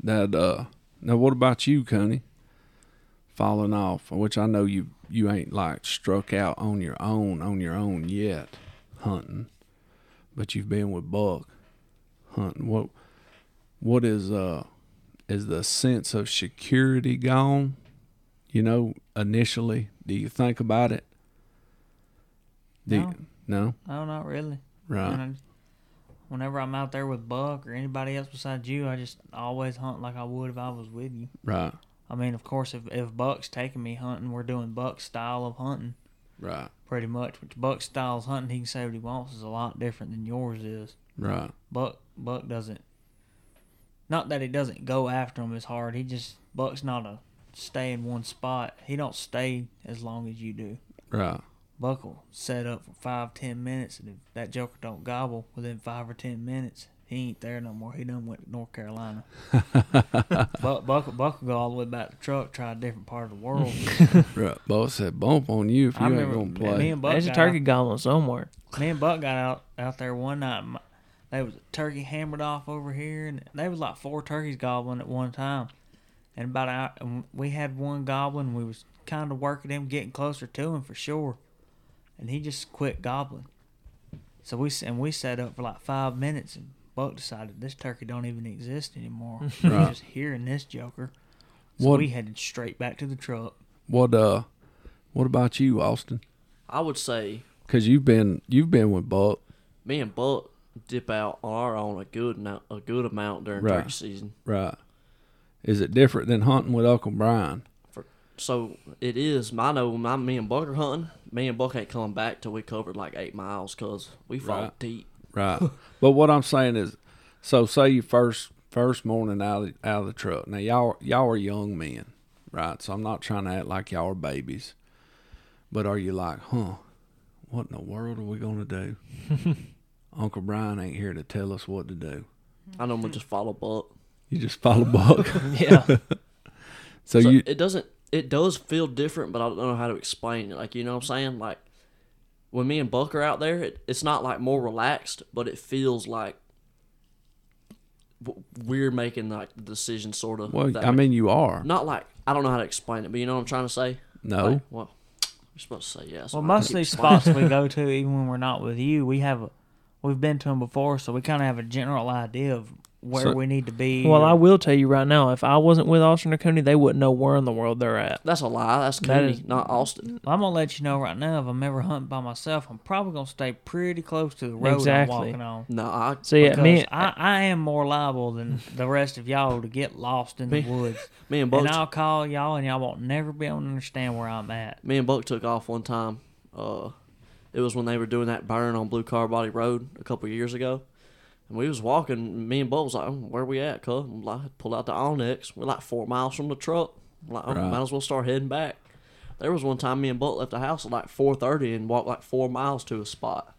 Speaker 1: That uh now what about you, Connie? Falling off, which I know you you ain't like struck out on your own on your own yet hunting. But you've been with Buck hunting. What what is uh is the sense of security gone? You know, initially, do you think about it? Do you- no?
Speaker 4: No, not really.
Speaker 1: Right.
Speaker 4: And I, whenever I'm out there with Buck or anybody else besides you, I just always hunt like I would if I was with you.
Speaker 1: Right.
Speaker 4: I mean, of course, if, if Buck's taking me hunting, we're doing Buck's style of hunting
Speaker 1: Right.
Speaker 4: pretty much. Which Buck's style of hunting, he can say what he wants, is a lot different than yours is.
Speaker 1: Right.
Speaker 4: Buck Buck doesn't. Not that he doesn't go after him as hard. He just Buck's not a stay in one spot. He don't stay as long as you do.
Speaker 1: Right.
Speaker 4: Buck will set up for five, ten minutes, and if that joker don't gobble within five or ten minutes, he ain't there no more. He done went to North Carolina. Buck, Buck, Buck will go all the way back to the truck, try a different part of the world.
Speaker 1: Right. Boss said bump on you if you
Speaker 4: I
Speaker 1: ain't
Speaker 4: remember
Speaker 1: gonna
Speaker 4: me
Speaker 1: play.
Speaker 4: and Buck
Speaker 2: there's a
Speaker 4: got
Speaker 2: turkey goblin somewhere.
Speaker 4: Out, me and Buck got out out there one night. and my- There was a turkey hammered off over here, and there was like four turkeys gobbling at one time. And about an hour, and we had one goblin. We was kind of working him, getting closer to him for sure, and he just quit gobbling. So we s- and we sat up for like five minutes, and Buck decided this turkey don't even exist anymore. He was
Speaker 1: Right.
Speaker 4: just hearing this joker. So
Speaker 1: What-
Speaker 4: we headed straight back to the truck.
Speaker 1: What uh, what about you, Austin?
Speaker 3: I would say
Speaker 1: Cause you've been you've been with Buck.
Speaker 3: me and Buck dip out on our own a good amount, a good amount during
Speaker 1: Right.
Speaker 3: turkey season.
Speaker 1: Right. Is it different than hunting with Uncle Brian?
Speaker 3: So it is. I know when I'm, me and Buck are hunting. Me and Buck ain't coming back till we covered like eight miles because we fall
Speaker 1: Right.
Speaker 3: deep.
Speaker 1: Right. but what I'm saying is, so say you first First morning out of, out of the truck. Now y'all y'all are young men, right? So I'm not trying to act like y'all are babies. But are you like, huh? What in the world are we gonna do? Uncle Brian ain't here to tell us what to do.
Speaker 3: I know I'm gonna just follow up.
Speaker 1: You just follow Buck.
Speaker 2: Yeah.
Speaker 1: so
Speaker 3: So
Speaker 1: you
Speaker 3: it doesn't. It does feel different, but I don't know how to explain it. Like you know what I'm saying. Like when me and Buck are out there, it, it's not like more relaxed, but it feels like w- we're making like the decision, sort of.
Speaker 1: well,
Speaker 3: that
Speaker 1: I
Speaker 3: ma-
Speaker 1: mean, you are.
Speaker 3: not like I don't know how to explain it, but you know what I'm trying to say.
Speaker 1: No.
Speaker 3: Like, well, you're supposed to say yes.
Speaker 4: Well,
Speaker 3: right?
Speaker 4: most of these spots we go to, even when we're not with you, we have a, we've been to them before, so we kind of have a general idea of where
Speaker 1: So-
Speaker 4: we need to be.
Speaker 2: Well,
Speaker 4: or-
Speaker 2: I will tell you right now, if I wasn't with Austin or Cooney, they wouldn't know where in the world they're at.
Speaker 3: That's a lie. That's
Speaker 2: That
Speaker 3: Cooney,
Speaker 2: is-
Speaker 3: not Austin.
Speaker 4: I'm gonna let you know right now. If I'm ever hunting by myself, I'm probably gonna stay pretty close to the road
Speaker 2: Exactly.
Speaker 4: I'm walking on.
Speaker 3: No, I.
Speaker 2: See, yeah, me,
Speaker 4: Because I, I am more liable than the rest of y'all to get lost in the woods.
Speaker 3: Me and Buck.
Speaker 4: and I'll call y'all, and y'all won't never be able to understand where I'm at.
Speaker 3: me and Buck took off one time. Uh, it was when they were doing that burn on Blue Car Body Road a couple of years ago. And we was walking. Me and Buck was like, "Oh, "Where we at, cuz?" I'm Like, pull out the Onyx. We're like four miles from the truck. I'm like, oh,
Speaker 1: Right.
Speaker 3: might as well start heading back. There was one time me and Buck left the house at like four thirty and walked like four miles to a spot.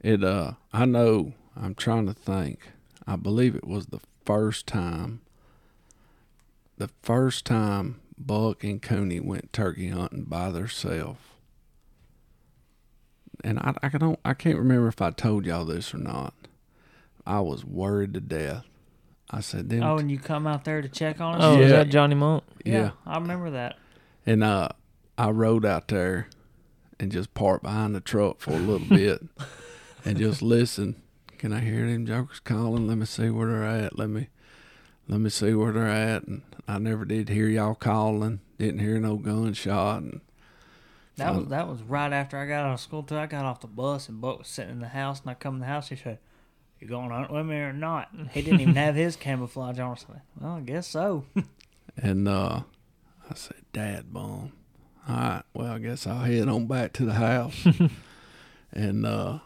Speaker 1: It uh I know I'm trying to think. I believe it was the first time the first time Buck and Cooney went turkey hunting by themselves. And I I don't I can't remember if I told y'all this or not. I was worried to death. I said then
Speaker 4: Oh, and you come out there to check on us.
Speaker 2: oh, is
Speaker 1: Yeah.
Speaker 2: that Johnny Monk?
Speaker 1: yeah.
Speaker 4: I remember that.
Speaker 1: And uh, I rode out there and just parked behind the truck for a little bit and just listen. Can I hear them jokers calling? Let me see where they're at. Let me let me see where they're at. And I never did hear y'all calling. Didn't hear no gunshot. And
Speaker 4: That
Speaker 1: Um,
Speaker 4: was that was right after I got out of school too. I got off the bus and Buck was sitting in the house, and I come in the house. He said, "You going on with me or not?" He didn't even have his camouflage on. I said, "Well, I guess so."
Speaker 1: and uh, I said, Dad, bum. All right. Well, I guess I'll head on back to the house. and uh,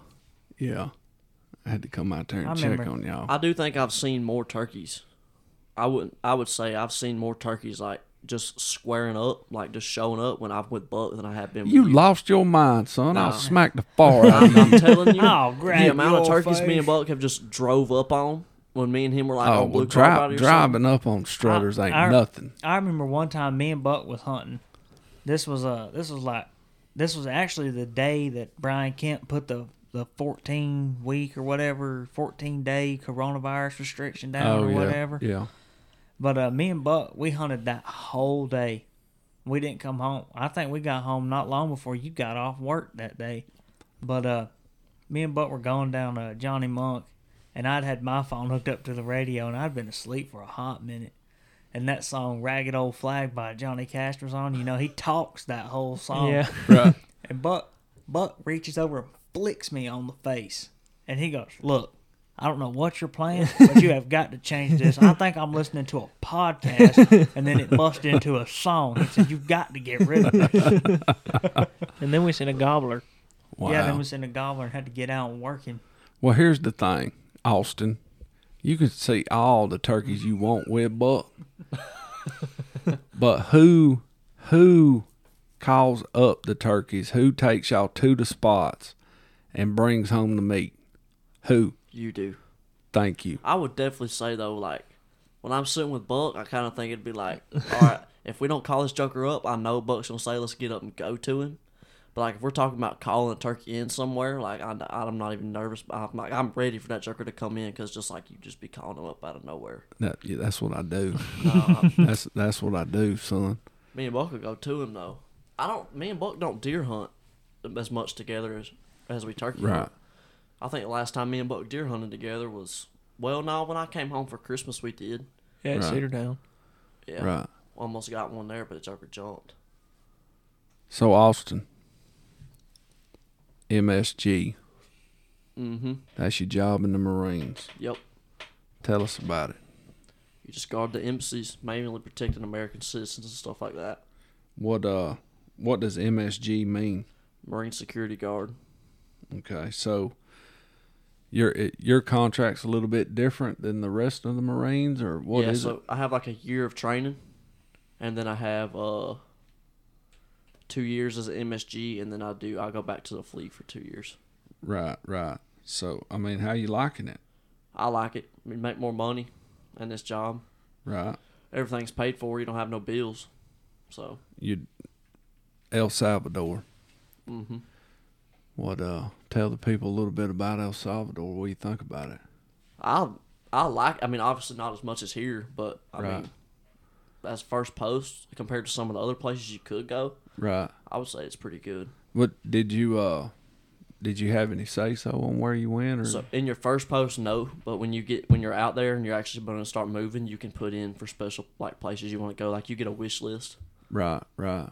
Speaker 1: yeah, I had to come out there and
Speaker 4: I
Speaker 1: check
Speaker 4: remember.
Speaker 1: on y'all.
Speaker 3: I do think I've seen more turkeys. I would I would say I've seen more turkeys like just squaring up, like just showing up when I'm with Buck than I have been.
Speaker 1: you
Speaker 3: with
Speaker 1: lost your mind, son. I'll
Speaker 3: Nah.
Speaker 1: smack the far out of
Speaker 3: I'm,
Speaker 1: you.
Speaker 3: I'm telling you,
Speaker 4: Oh, grab
Speaker 3: the amount of
Speaker 4: your
Speaker 3: turkeys me
Speaker 4: face.
Speaker 3: and Buck have just drove up on when me and him were like
Speaker 1: Oh,
Speaker 3: on blue
Speaker 1: well,
Speaker 3: car
Speaker 1: dri-
Speaker 3: body or
Speaker 1: driving up on strutters
Speaker 4: I-
Speaker 1: ain't
Speaker 4: I-
Speaker 1: nothing.
Speaker 4: I remember one time me and Buck was hunting. This was uh this was like this was actually the day that Brian Kemp put the the 14 week or whatever 14 day coronavirus restriction down
Speaker 1: Oh,
Speaker 4: or
Speaker 1: yeah.
Speaker 4: whatever.
Speaker 1: Yeah.
Speaker 4: But uh, me and Buck, we hunted that whole day. We didn't come home. I think we got home not long before you got off work that day. But uh, me and Buck were going down uh, Johnny Monk, and I'd had my phone hooked up to the radio, and I'd been asleep for a hot minute. And that song "Ragged Old Flag" by Johnny Cash was on. You know, he talks that whole song.
Speaker 2: Yeah.
Speaker 1: Right.
Speaker 4: And Buck Buck reaches over and flicks me on the face. And he goes, Look, I don't know what you're playing, but you have got to change this. I think I'm listening to a podcast and then it busts into a song. He said, You've got to get rid of it.
Speaker 2: And then we seen a gobbler.
Speaker 1: Wow.
Speaker 4: Yeah, then was in a gobbler and had to get out and work him.
Speaker 1: well, here's the thing, Austin. You can see all the turkeys you want with Buck. but who who calls up the turkeys? Who takes y'all to the spots and brings home the meat? Who?
Speaker 3: something. You do.
Speaker 1: Thank you.
Speaker 3: I would definitely say though, like when I'm sitting with Buck, I kind of think it'd be like, all right, if we don't call this joker up, I know Buck's gonna say let's get up and go to him. But like if we're talking about calling a turkey in somewhere, like I, I'm not even nervous. but I'm like I'm ready for that joker to come in because just like you just be calling him up out of nowhere.
Speaker 1: That, yeah, that's what I do.
Speaker 3: No, I-
Speaker 1: that's that's what I do, son.
Speaker 3: me and Buck will go to him though. I don't. Me and Buck don't deer hunt as much together as as we turkey
Speaker 1: Right.
Speaker 3: hunt. I think the last time me and Buck deer hunted together was well, no, when I came home for Christmas we did.
Speaker 2: Yeah, at
Speaker 1: Right.
Speaker 2: Cedar Town.
Speaker 3: Yeah,
Speaker 1: Right.
Speaker 3: almost got one there, but the joker jumped.
Speaker 1: So Austin. MSG.
Speaker 3: Mm-hmm.
Speaker 1: That's your job in the Marines.
Speaker 3: Yep.
Speaker 1: Tell us about it.
Speaker 3: You just guard the embassies, mainly protecting American citizens and stuff like that.
Speaker 1: What uh what does MSG mean?
Speaker 3: Marine security guard.
Speaker 1: Okay, so Your it- your contract's a little bit different than the rest of the Marines, or what is
Speaker 3: yeah,
Speaker 1: it?
Speaker 3: so I have like a year of training, and then I have uh two years as an MSG, and then I do I go back to the fleet for two years.
Speaker 1: Right, right. So I mean, how you liking it?
Speaker 3: I like it. We make more money in this job.
Speaker 1: Right.
Speaker 3: Everything's paid for. You don't have no bills, so
Speaker 1: You, El Salvador.
Speaker 3: hmm
Speaker 1: What? Uh, tell the people a little bit about El Salvador. What do you think about it?
Speaker 3: I I like. I mean, obviously not as much as here, but I
Speaker 1: Right.
Speaker 3: mean, as first post compared to some of the other places you could go,
Speaker 1: Right.
Speaker 3: I would say it's pretty good.
Speaker 1: What did you uh? Did you have any say so on where you went, or
Speaker 3: So in your first post, no, but when you get when you're out there and you're actually going to start moving, you can put in for special like places you want to go. Like you get a wish list.
Speaker 1: Right, right.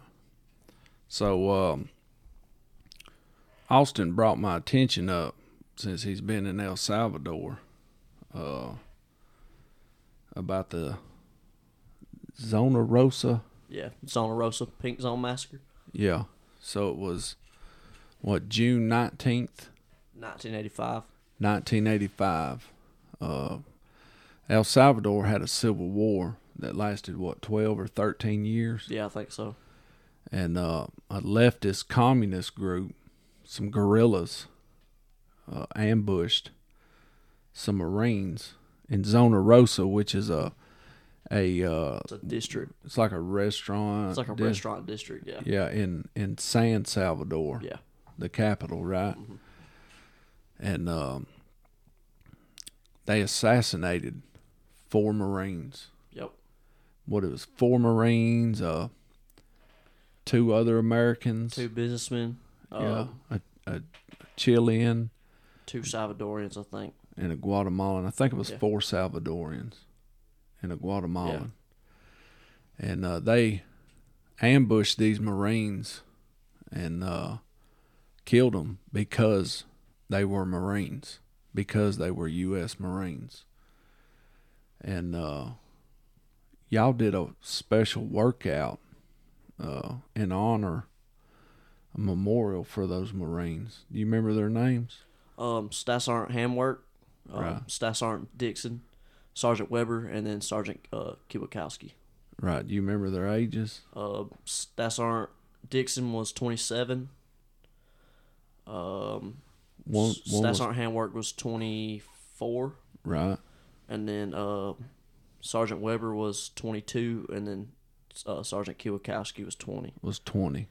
Speaker 1: So um Austin brought my attention up since he's been in El Salvador uh about the Zona Rosa.
Speaker 3: Yeah, Zona Rosa Pink Zone Massacre,
Speaker 1: Yeah. So it was what June 19th,
Speaker 3: 1985.
Speaker 1: 1985. Uh El Salvador had a civil war that lasted what 12 or 13 years.
Speaker 3: Yeah, I think so.
Speaker 1: and uh, a leftist communist group, some guerrillas, uh, ambushed some Marines in Zona Rosa, which is a a uh,
Speaker 3: It's a district.
Speaker 1: it's like a restaurant.
Speaker 3: It's like a
Speaker 1: dis-
Speaker 3: restaurant district. Yeah,
Speaker 1: Yeah, in in San Salvador,
Speaker 3: yeah.
Speaker 1: the capital, right? And um, they assassinated four Marines
Speaker 3: Yep.
Speaker 1: what it was four Marines, uh, two other Americans,
Speaker 3: Two businessmen.
Speaker 1: yeah,
Speaker 3: Um,
Speaker 1: a, a Chilean
Speaker 3: Two Salvadorians, I think.
Speaker 1: and a Guatemalan. I think it was
Speaker 3: Yeah.
Speaker 1: four Salvadorians and a Guatemalan, and uh, they ambushed these Marines and uh, killed them because they were Marines, because they were U.S. Marines, and uh, y'all did a special workout uh, in honor. A memorial for those Marines. Do you remember their names?
Speaker 3: Um, Staff Sergeant Hamwork, um,
Speaker 1: Right.
Speaker 3: Staff Sergeant Dixon, Sergeant Weber, and then Sergeant uh, Kiwakowski.
Speaker 1: Right. Do you remember their ages?
Speaker 3: Uh, Staff Sergeant Dixon was 27. Um,
Speaker 1: One,
Speaker 3: S-
Speaker 1: one
Speaker 3: Staff
Speaker 1: was,
Speaker 3: Sergeant Handwork was 24,
Speaker 1: right.
Speaker 3: and then uh, Sergeant Weber was 22, and then uh, Sergeant Kiwakowski was 20.
Speaker 1: Was twenty.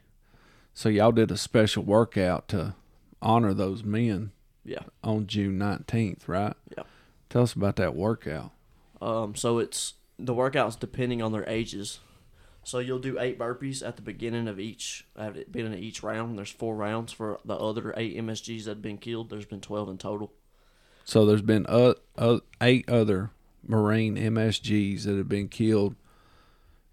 Speaker 1: So y'all did a special workout to honor those men
Speaker 3: Yeah.
Speaker 1: on June nineteenth, right?
Speaker 3: Yeah.
Speaker 1: Tell us about that workout.
Speaker 3: Um, so it's the workouts depending on their ages. So you'll do eight burpees at the beginning of each at the beginning of each round. There's four rounds for the other eight MSGs that have been killed. There's been twelve in total.
Speaker 1: So there's been uh, uh, eight other Marine MSGs that have been killed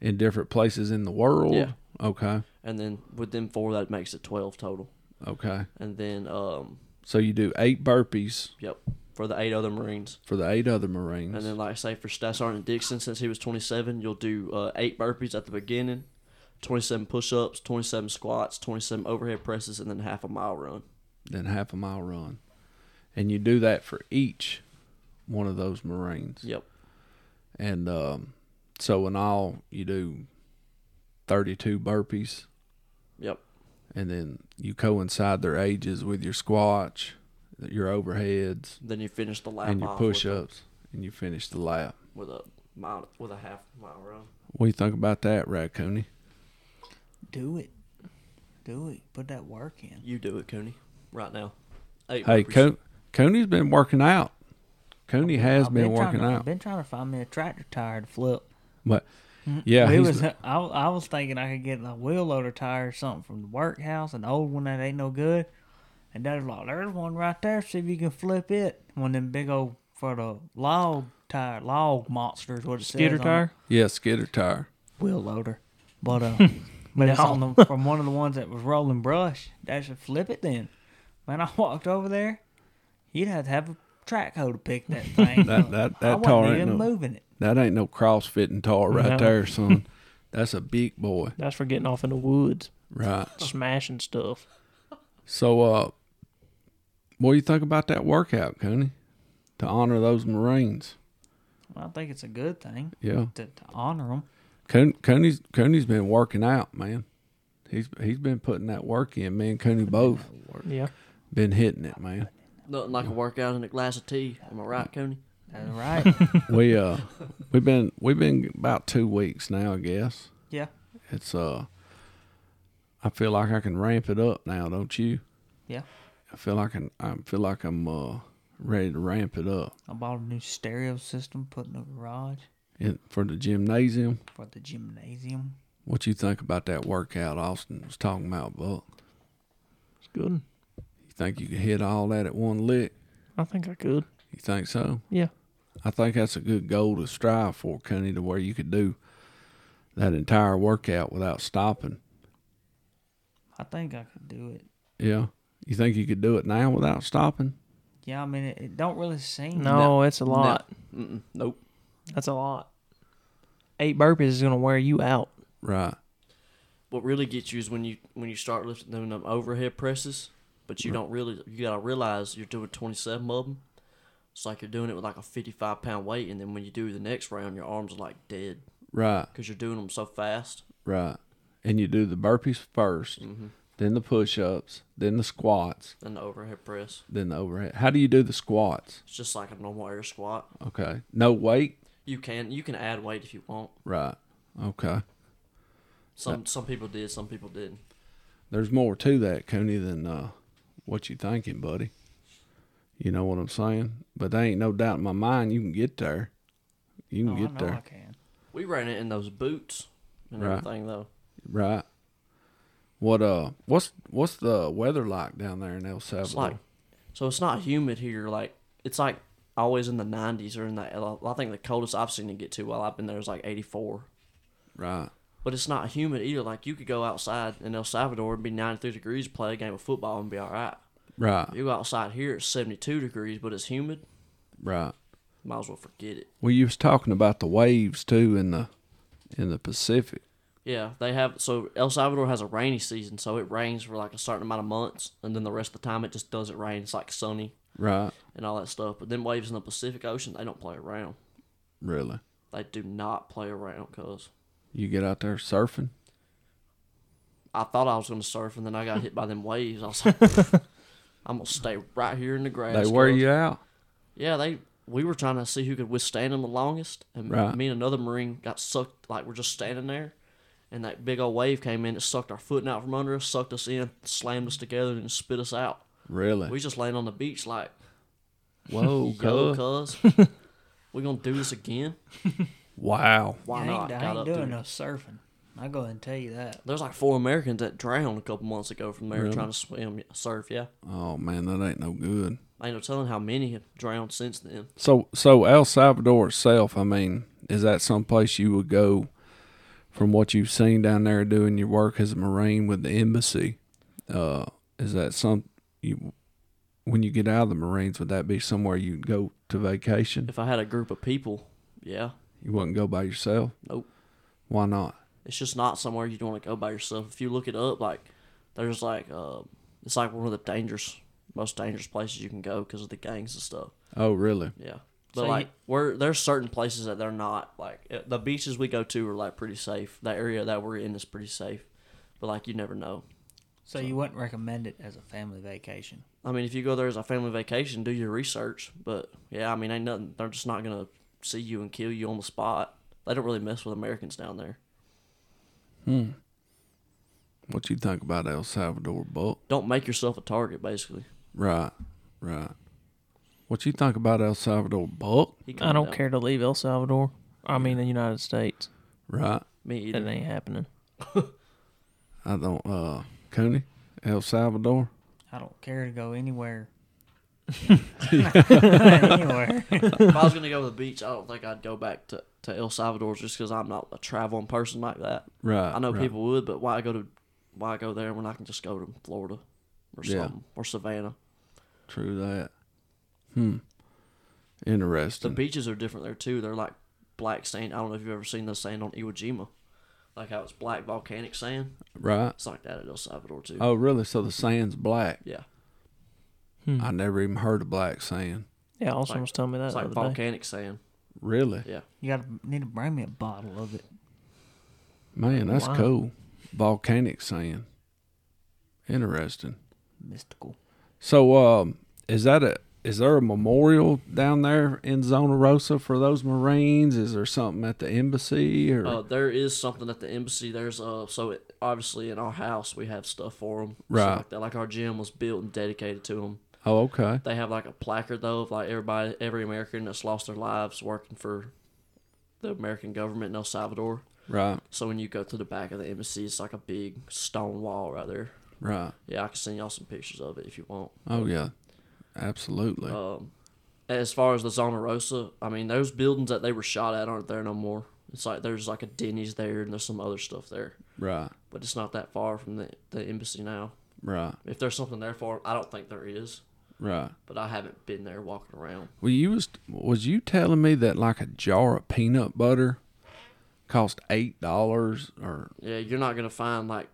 Speaker 1: in different places in the world.
Speaker 3: Yeah.
Speaker 1: Okay.
Speaker 3: And then with them four that makes it twelve total.
Speaker 1: Okay.
Speaker 3: And then um
Speaker 1: So you do eight burpees
Speaker 3: yep, for the eight other Marines.
Speaker 1: for the eight other Marines.
Speaker 3: And then, like I say, for Staff Sergeant Dixon, since he was 27, you'll do uh, eight burpees at the beginning, 27 push ups, 27 squats, 27 overhead presses, and then half a mile run.
Speaker 1: then half a mile run. And you do that for each one of those Marines.
Speaker 3: Yep.
Speaker 1: And um, so in all, you do 32 burpees,
Speaker 3: Yep.
Speaker 1: and then you coincide their ages with your squatch, your overheads,
Speaker 3: Then you finish the lap
Speaker 1: and your
Speaker 3: off with-
Speaker 1: push ups, and you finish the lap.
Speaker 3: with, a mile, with a half mile run.
Speaker 1: What do you think about that, Raccoony?
Speaker 4: Do it. Do it. Put that work in.
Speaker 3: You do it, Cooney, right now. Eight
Speaker 1: Hey,
Speaker 3: burpees.
Speaker 1: Co- Cooney's been working out. Cooney has been,
Speaker 4: trying
Speaker 1: working
Speaker 4: to-
Speaker 1: out.
Speaker 4: I've been trying to find me a tractor tire to flip.
Speaker 1: But yeah,
Speaker 4: we
Speaker 1: he's
Speaker 4: was.
Speaker 1: been-
Speaker 4: I, I was thinking I could get a wheel loader tire or something from the workhouse, an old one that ain't no good. And Dad's like, "There's one right there. See if you can flip it." One of them big old for the log tire, log monsters. What it says
Speaker 2: Gator
Speaker 4: on it.
Speaker 2: tire.
Speaker 1: yeah, skidder tire.
Speaker 4: wheel loader, but uh, but it's on the, from one of the ones that was rolling brush. That should flip it then. Man, I walked over there. You'd have to have a track hoe to pick that thing.
Speaker 1: That-
Speaker 4: up.
Speaker 1: that-
Speaker 4: I
Speaker 1: that
Speaker 4: wasn't
Speaker 1: tar ain't
Speaker 4: even
Speaker 1: no-
Speaker 4: moving it.
Speaker 1: That ain't no crossfitting tar right
Speaker 2: No.
Speaker 1: there, son. That's a big boy.
Speaker 2: That's for getting off in the woods,
Speaker 1: Right.
Speaker 2: smashing stuff.
Speaker 1: So uh What do you think about that workout, Coney? To honor those Marines.
Speaker 4: Well, I think it's a good thing
Speaker 1: Yeah.
Speaker 4: to, to honor them.
Speaker 1: Coon- Cooney's Cooney's been working out, man. He's he's been putting that work in. Me and Cooney both
Speaker 2: Yeah.
Speaker 1: been hitting it, man.
Speaker 3: Nothing like a workout and a glass of tea. Am I right, Coney?
Speaker 4: That's right.
Speaker 1: We uh we've been we've been about two weeks now, I guess.
Speaker 4: yeah.
Speaker 1: It's uh I feel like I can ramp it up now, don't you?
Speaker 4: Yeah.
Speaker 1: I feel like I'm, I feel like I'm uh ready to ramp it up
Speaker 4: I bought a new stereo system, put in the garage
Speaker 1: in, for the gymnasium.
Speaker 4: for the gymnasium.
Speaker 1: What you think about that workout Austin was talking about, Buck?
Speaker 2: It's good.
Speaker 1: You think you can hit all that at one lick?
Speaker 2: I think I could.
Speaker 1: You think so?
Speaker 2: Yeah.
Speaker 1: I think that's a good goal to strive for, Cunny, to where you could do that entire workout without stopping.
Speaker 4: I think I could do it.
Speaker 1: Yeah. You think you could do it now without stopping?
Speaker 4: Yeah, I mean, it, it don't really seem.
Speaker 2: No, it's a lot.
Speaker 3: Mm-mm. Nope.
Speaker 2: That's a lot. Eight burpees is gonna wear you out.
Speaker 1: Right.
Speaker 3: What really gets you is when you when you start lifting them, them overhead presses, but you don't really you gotta realize you're doing 27 of them. It's like you're doing it with like a 55 pound weight, and then when you do the next round, your arms are like dead
Speaker 1: Right.
Speaker 3: because you're doing them so fast.
Speaker 1: Right. And you do the burpees 1st then the push ups, then the squats,
Speaker 3: Then the overhead press.
Speaker 1: then the overhead. How do you do the squats?
Speaker 3: It's just like a normal air squat.
Speaker 1: Okay. No weight?
Speaker 3: You can you can add weight if you want.
Speaker 1: Right. Okay.
Speaker 3: Some some people did, some people didn't.
Speaker 1: There's more to that, Cooney, than uh, what you thinking, buddy. You know what I'm saying? But there ain't no doubt in my mind you can get there. You can
Speaker 4: Oh, I
Speaker 1: get
Speaker 4: know
Speaker 1: there.
Speaker 4: I can.
Speaker 3: We ran it in those boots and
Speaker 1: Right.
Speaker 3: everything though.
Speaker 1: Right. What uh what's what's the weather like down there in El
Speaker 3: It's
Speaker 1: Salvador?
Speaker 3: like so it's not humid here. Like it's like always in the 90s or in the. I think the coldest I've seen it get to while I've been there is like 84.
Speaker 1: right.
Speaker 3: But it's not humid either. Like you could go outside in El Salvador and be 93 degrees, play a game of football and be all right.
Speaker 1: Right.
Speaker 3: You go outside here, it's 72 degrees, but it's humid.
Speaker 1: Right.
Speaker 3: Might as well forget it.
Speaker 1: Well you was talking about the waves too in the in the Pacific.
Speaker 3: Yeah, they have. So El Salvador has a rainy season, so it rains for like a certain amount of months, and then the rest of the time it just doesn't rain. It's like sunny
Speaker 1: Right.
Speaker 3: and all that stuff. But then waves in the Pacific Ocean, they don't play around.
Speaker 1: Really.
Speaker 3: They do not play around, cause
Speaker 1: You get out there surfing?
Speaker 3: I thought I was gonna surf, and then I got hit by them waves. I was like, I'm gonna stay right here in the grass.
Speaker 1: they wear
Speaker 3: cuz."
Speaker 1: you out.
Speaker 3: Yeah, they. We were trying to see who could withstand them the longest, and
Speaker 1: Right.
Speaker 3: me and another Marine got sucked. Like we're just standing there, and that big old wave came in. It sucked our footing out from under us, sucked us in, slammed us together, and spit us out.
Speaker 1: Really?
Speaker 3: We just laying on the beach like,
Speaker 1: Whoa,
Speaker 3: yo,
Speaker 1: cuz.
Speaker 3: cuz, we gonna do this again?
Speaker 1: Wow.
Speaker 3: Why
Speaker 4: I
Speaker 3: not?
Speaker 4: ain't, I
Speaker 3: Got
Speaker 4: ain't
Speaker 3: up
Speaker 4: doing
Speaker 3: to
Speaker 4: no
Speaker 3: it.
Speaker 4: surfing. I go ahead and tell you that.
Speaker 3: There's like four Americans that drowned a couple months ago from there
Speaker 1: Really?
Speaker 3: trying to swim, surf. Yeah,
Speaker 1: Oh man, that ain't no good.
Speaker 3: ain't no telling how many have drowned since then.
Speaker 1: So so El Salvador itself, I mean, is that someplace you would go from what you've seen down there doing your work as a Marine with the embassy? Uh, is that some you when you get out of the Marines, would that be somewhere you'd go to vacation?
Speaker 3: If I had a group of people, yeah,
Speaker 1: You wouldn't go by yourself?
Speaker 3: Nope.
Speaker 1: Why not?
Speaker 3: it's just not somewhere you'd want to go by yourself. If you look it up, like there's like uh, it's like one of the dangerous, most dangerous places you can go because of the gangs and stuff.
Speaker 1: Oh really?
Speaker 3: Yeah, but
Speaker 4: So you-
Speaker 3: like we're there's certain places that they're not like uh, the beaches we go to are like pretty safe. The area that we're in is pretty safe, but like you never know.
Speaker 4: So, you wouldn't recommend it as a family vacation.
Speaker 3: I mean, if you go there as a family vacation, do your research. But yeah, I mean, ain't nothing. They're just not gonna see you and kill you on the spot. They don't really mess with Americans down there.
Speaker 1: What you think about El Salvador, Buck?
Speaker 3: Don't make yourself a target. Basically,
Speaker 1: Right, right. What you think about El Salvador, Buck?
Speaker 3: He
Speaker 2: I
Speaker 3: calmed
Speaker 2: don't
Speaker 3: down.
Speaker 2: care to leave El Salvador. I mean the United States.
Speaker 1: Right.
Speaker 3: Me either.
Speaker 2: That ain't happening.
Speaker 1: I don't. Uh, Cooney, El Salvador.
Speaker 4: I don't care to go anywhere. anywhere.
Speaker 3: if I was gonna go to the beach, I don't think I'd go back to, to El Salvador just because I'm not a traveling person like that.
Speaker 1: Right.
Speaker 3: I know
Speaker 1: right.
Speaker 3: people would, but why go to why go there when I can just go to Florida or
Speaker 1: Yeah.
Speaker 3: something or Savannah?
Speaker 1: True that. Hmm.
Speaker 3: The
Speaker 1: Interesting.
Speaker 3: beaches are different there too. They're like black sand. I don't know if you've ever seen the sand on Iwo Jima, like how it's black volcanic sand.
Speaker 1: right.
Speaker 3: It's like that at El Salvador too.
Speaker 1: Oh, really? So the sand's black.
Speaker 3: Yeah,
Speaker 2: Hmm.
Speaker 1: I never even heard of black sand.
Speaker 2: yeah, Austin
Speaker 3: like-
Speaker 2: was telling me that
Speaker 3: It's
Speaker 2: the
Speaker 3: like
Speaker 2: other day.
Speaker 3: volcanic sand.
Speaker 1: Really,
Speaker 3: Yeah.
Speaker 4: You gotta need to bring me a bottle of it.
Speaker 1: man, that's
Speaker 2: Wow.
Speaker 1: cool. Volcanic sand. Interesting.
Speaker 4: Mystical.
Speaker 1: So, um, is that a is there a memorial down there in Zona Rosa for those Marines? Is there something at the embassy or
Speaker 3: Uh, there is something at the embassy. There's uh, so it, obviously in our house we have stuff for them,
Speaker 1: Right.
Speaker 3: Like, that. like our gym was built and dedicated to them.
Speaker 1: oh okay
Speaker 3: They have like a placard though of like everybody, every American that's lost their lives working for the American government in El Salvador.
Speaker 1: right
Speaker 3: So when you go to the back of the embassy, it's like a big stone wall right there.
Speaker 1: right
Speaker 3: Yeah, I can send y'all some pictures of it if you want.
Speaker 1: oh yeah absolutely
Speaker 3: Um, as far as the Zona Rosa, I mean, those buildings that they were shot at aren't there no more. It's like there's like a Denny's there and there's some other stuff there,
Speaker 1: right
Speaker 3: but it's not that far from the, the embassy now.
Speaker 1: right
Speaker 3: If there's something there for 'em, I don't think there is,
Speaker 1: right.
Speaker 3: but I haven't been there walking around.
Speaker 1: Well, you was was you telling me that like a jar of peanut butter cost eight dollars or
Speaker 3: Yeah, you're not gonna find like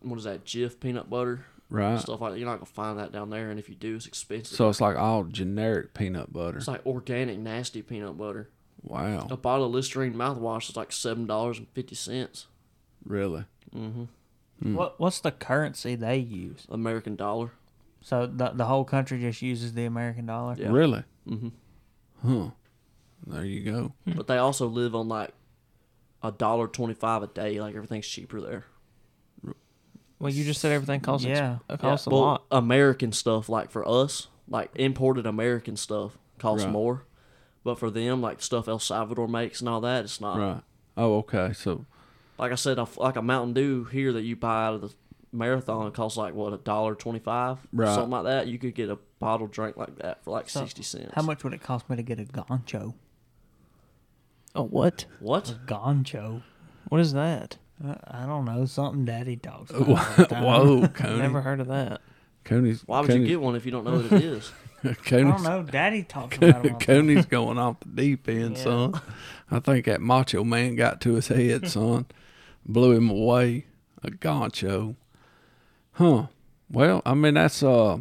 Speaker 3: what is that Jif peanut butter
Speaker 1: right?
Speaker 3: stuff like that. You're not gonna find that down there, and if you do, it's expensive.
Speaker 1: Uh. So it's like all generic peanut butter.
Speaker 3: it's like organic nasty peanut butter. A
Speaker 1: Wow,
Speaker 3: bottle of Listerine mouthwash is like seven dollars and fifty cents
Speaker 1: really?
Speaker 3: Hmm.
Speaker 4: What What's the currency they use?
Speaker 3: American dollar.
Speaker 4: So the the whole country just uses the American dollar.
Speaker 3: Yeah.
Speaker 1: Really?
Speaker 3: hmm
Speaker 1: Huh. There you go.
Speaker 3: But they also live on like a dollar twenty five a day. Like everything's cheaper there.
Speaker 2: Well, you just said everything costs ex-
Speaker 4: Yeah.
Speaker 2: uh, costs
Speaker 3: Yeah,
Speaker 2: a
Speaker 3: well,
Speaker 2: lot.
Speaker 3: American stuff, like for us, like imported American stuff costs
Speaker 1: Right.
Speaker 3: more. But for them, like stuff El Salvador makes and all that, it's not.
Speaker 1: Right. Oh, okay. So
Speaker 3: Like I said, a, like a Mountain Dew here that you buy out of the marathon it costs like what a dollar twenty five,
Speaker 1: Right.
Speaker 3: something like that. You could get a bottle drink like that for like
Speaker 4: So,
Speaker 3: sixty cents.
Speaker 4: How much would it cost me to get a goncho?
Speaker 2: Oh, what?
Speaker 4: A
Speaker 3: What?
Speaker 4: goncho.
Speaker 2: What is that?
Speaker 4: Uh, I don't know. Something Daddy talks about. all the time.
Speaker 1: whoa, Coney.
Speaker 2: Never heard of that.
Speaker 1: Coney's.
Speaker 3: Why would you get one if you don't know what it is?
Speaker 1: get?
Speaker 4: I don't
Speaker 1: Coney's,
Speaker 4: know. Daddy talks about it. all the time.
Speaker 1: Coney's going off the deep end,
Speaker 4: Yeah.
Speaker 1: son. I think that macho man got to his head, son. Blew him away. A goncho. Huh. Well, I mean that's uh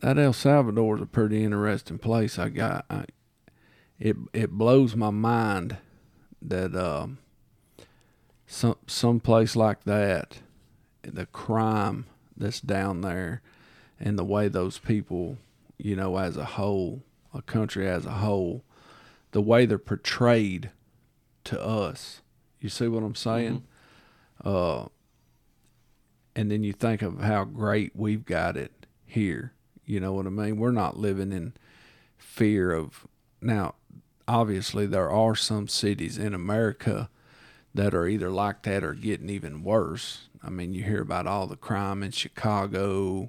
Speaker 1: that El Salvador's a pretty interesting place. I got I, it it blows my mind that um some some place like that the crime that's down there and the way those people, you know, as a whole, a country as a whole, the way they're portrayed to us. You see what I'm saying? Uh, and then you think of how great we've got it here. You know what I mean? We're not living in fear of. Now, obviously, there are some cities in America that are either like that or getting even worse. I mean, you hear about all the crime in Chicago,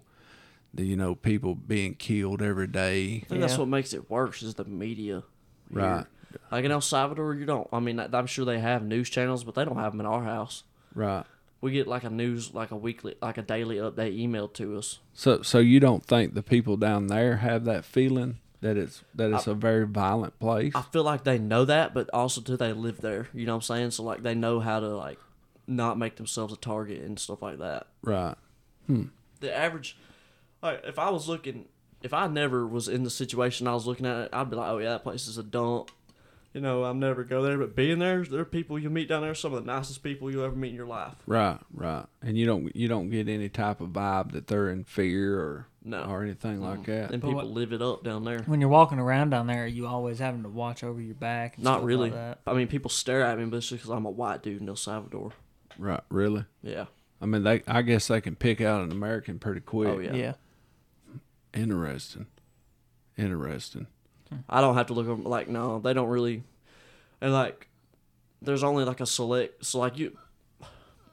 Speaker 1: the, you know, people being killed every day.
Speaker 3: I think that's
Speaker 2: Yeah.
Speaker 3: what makes it worse is the media. here.
Speaker 1: Right.
Speaker 3: Like in El Salvador, you don't. I mean, I- I'm sure they have news channels, but they don't have them in our house.
Speaker 1: Right.
Speaker 3: We get like a news, like a weekly, like a daily update email to us.
Speaker 1: So, so you don't think the people down there have that feeling that it's that it's a very violent place?
Speaker 3: I feel like they know that, but also too they live there. You know what I'm saying? So like they know how to like not make themselves a target and stuff like that.
Speaker 1: right.
Speaker 3: The average, like if I was looking, if I never was in the situation I was looking at, I'd be like, oh yeah, that place is a dump. You know, I'm never go there. But being there, there are people you meet down there, some of the nicest people you ever meet in your life.
Speaker 1: Right. Right. And you don't you don't get any type of vibe that they're in fear or
Speaker 3: No.
Speaker 1: or anything like that.
Speaker 3: And people
Speaker 4: what-
Speaker 3: live it up down there.
Speaker 4: When you're walking around down there, are you always having to watch over your back? And
Speaker 3: Not
Speaker 4: stuff
Speaker 3: really.
Speaker 4: Like that?
Speaker 3: I mean, people stare at me, but it's just 'cause I'm a white dude in El Salvador.
Speaker 1: Right. Really.
Speaker 3: Yeah.
Speaker 1: I mean, they I guess they can pick out an American pretty quick.
Speaker 3: Oh, yeah.
Speaker 2: Yeah.
Speaker 1: Interesting. Interesting.
Speaker 3: I don't have to look over. Like, no, they don't really. And like, there's only like a select. So like, you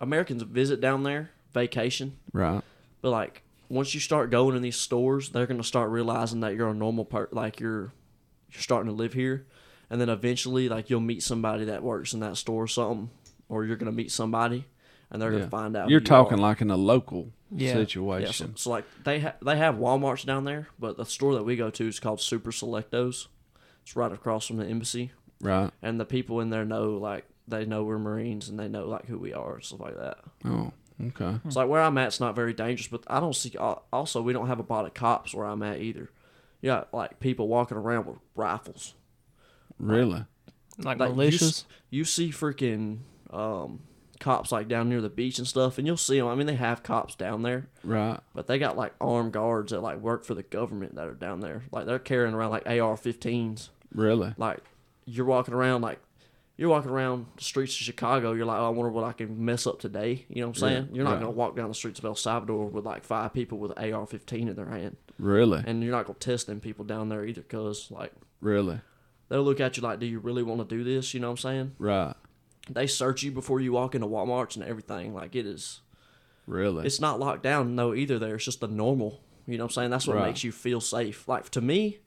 Speaker 3: Americans visit down there, vacation,
Speaker 1: Right.
Speaker 3: but like once you start going in these stores, they're gonna start realizing that you're a normal part. Like you're you're starting to live here, and then eventually like you'll meet somebody that works in that store or something, or you're gonna meet somebody, and they're
Speaker 1: Yeah.
Speaker 3: gonna find out. who
Speaker 1: You're
Speaker 3: you
Speaker 1: talking
Speaker 3: are.
Speaker 1: like in a local
Speaker 2: Yeah.
Speaker 3: Yeah, so,
Speaker 1: situation.
Speaker 3: so like they ha- they have WalMarts down there, but the store that we go to is called Super Selectos. It's right across from the embassy,
Speaker 1: Right.
Speaker 3: and the people in there know like they know we're Marines and they know like who we are and stuff like that.
Speaker 1: Oh, Okay.
Speaker 3: It's like where I'm at's not very dangerous, but I don't see. al- Also, we don't have a lot of cops where I'm at either. You got like people walking around with rifles.
Speaker 1: Really?
Speaker 2: Like,
Speaker 3: Like you,
Speaker 2: malicious.
Speaker 3: s- you see freaking um, cops like down near the beach and stuff, and you'll see them. I mean, they have cops down there,
Speaker 1: Right.
Speaker 3: but they got like armed guards that like work for the government that are down there. Like they're carrying around like AR-15s.
Speaker 1: Really?
Speaker 3: Like you're walking around like you're walking around the streets of Chicago. You're like, oh, I wonder what I can mess up today. You know what I'm saying?
Speaker 1: Yeah,
Speaker 3: you're not
Speaker 1: right.
Speaker 3: gonna walk down the streets of El Salvador with like five people with an AR-15 in their hand,
Speaker 1: Really?
Speaker 3: and you're not gonna test them people down there either, cause like
Speaker 1: Really?
Speaker 3: they'll look at you like, do you really want to do this? You know what I'm saying?
Speaker 1: Right.
Speaker 3: They search you before you walk into Walmart's and everything. Like it is,
Speaker 1: Really?
Speaker 3: it's not locked down though either. There, it's just the normal. You know what I'm saying? That's what
Speaker 1: Right.
Speaker 3: makes you feel safe. Like to me,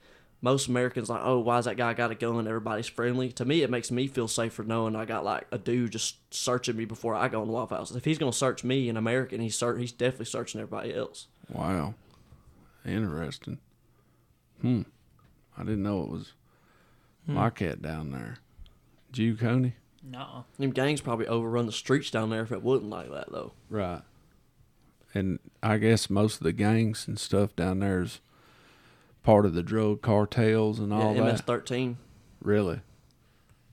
Speaker 3: most Americans like, oh, why's that guy got a gun? Everybody's friendly. To me, it makes me feel safer knowing I got like a dude just searching me before I go in the White House. If he's gonna search me, an American, he's search, he's definitely searching everybody else.
Speaker 1: wow. Interesting. Hmm. I didn't know it was
Speaker 3: Hmm.
Speaker 1: like that down there. Jew Coney?
Speaker 4: No.
Speaker 3: Them gangs probably overrun the streets down there if it wasn't like that though.
Speaker 1: Right. And I guess most of the gangs and stuff down there is part of the drug cartels and all
Speaker 3: yeah,
Speaker 1: that.
Speaker 3: MS-13.
Speaker 1: really?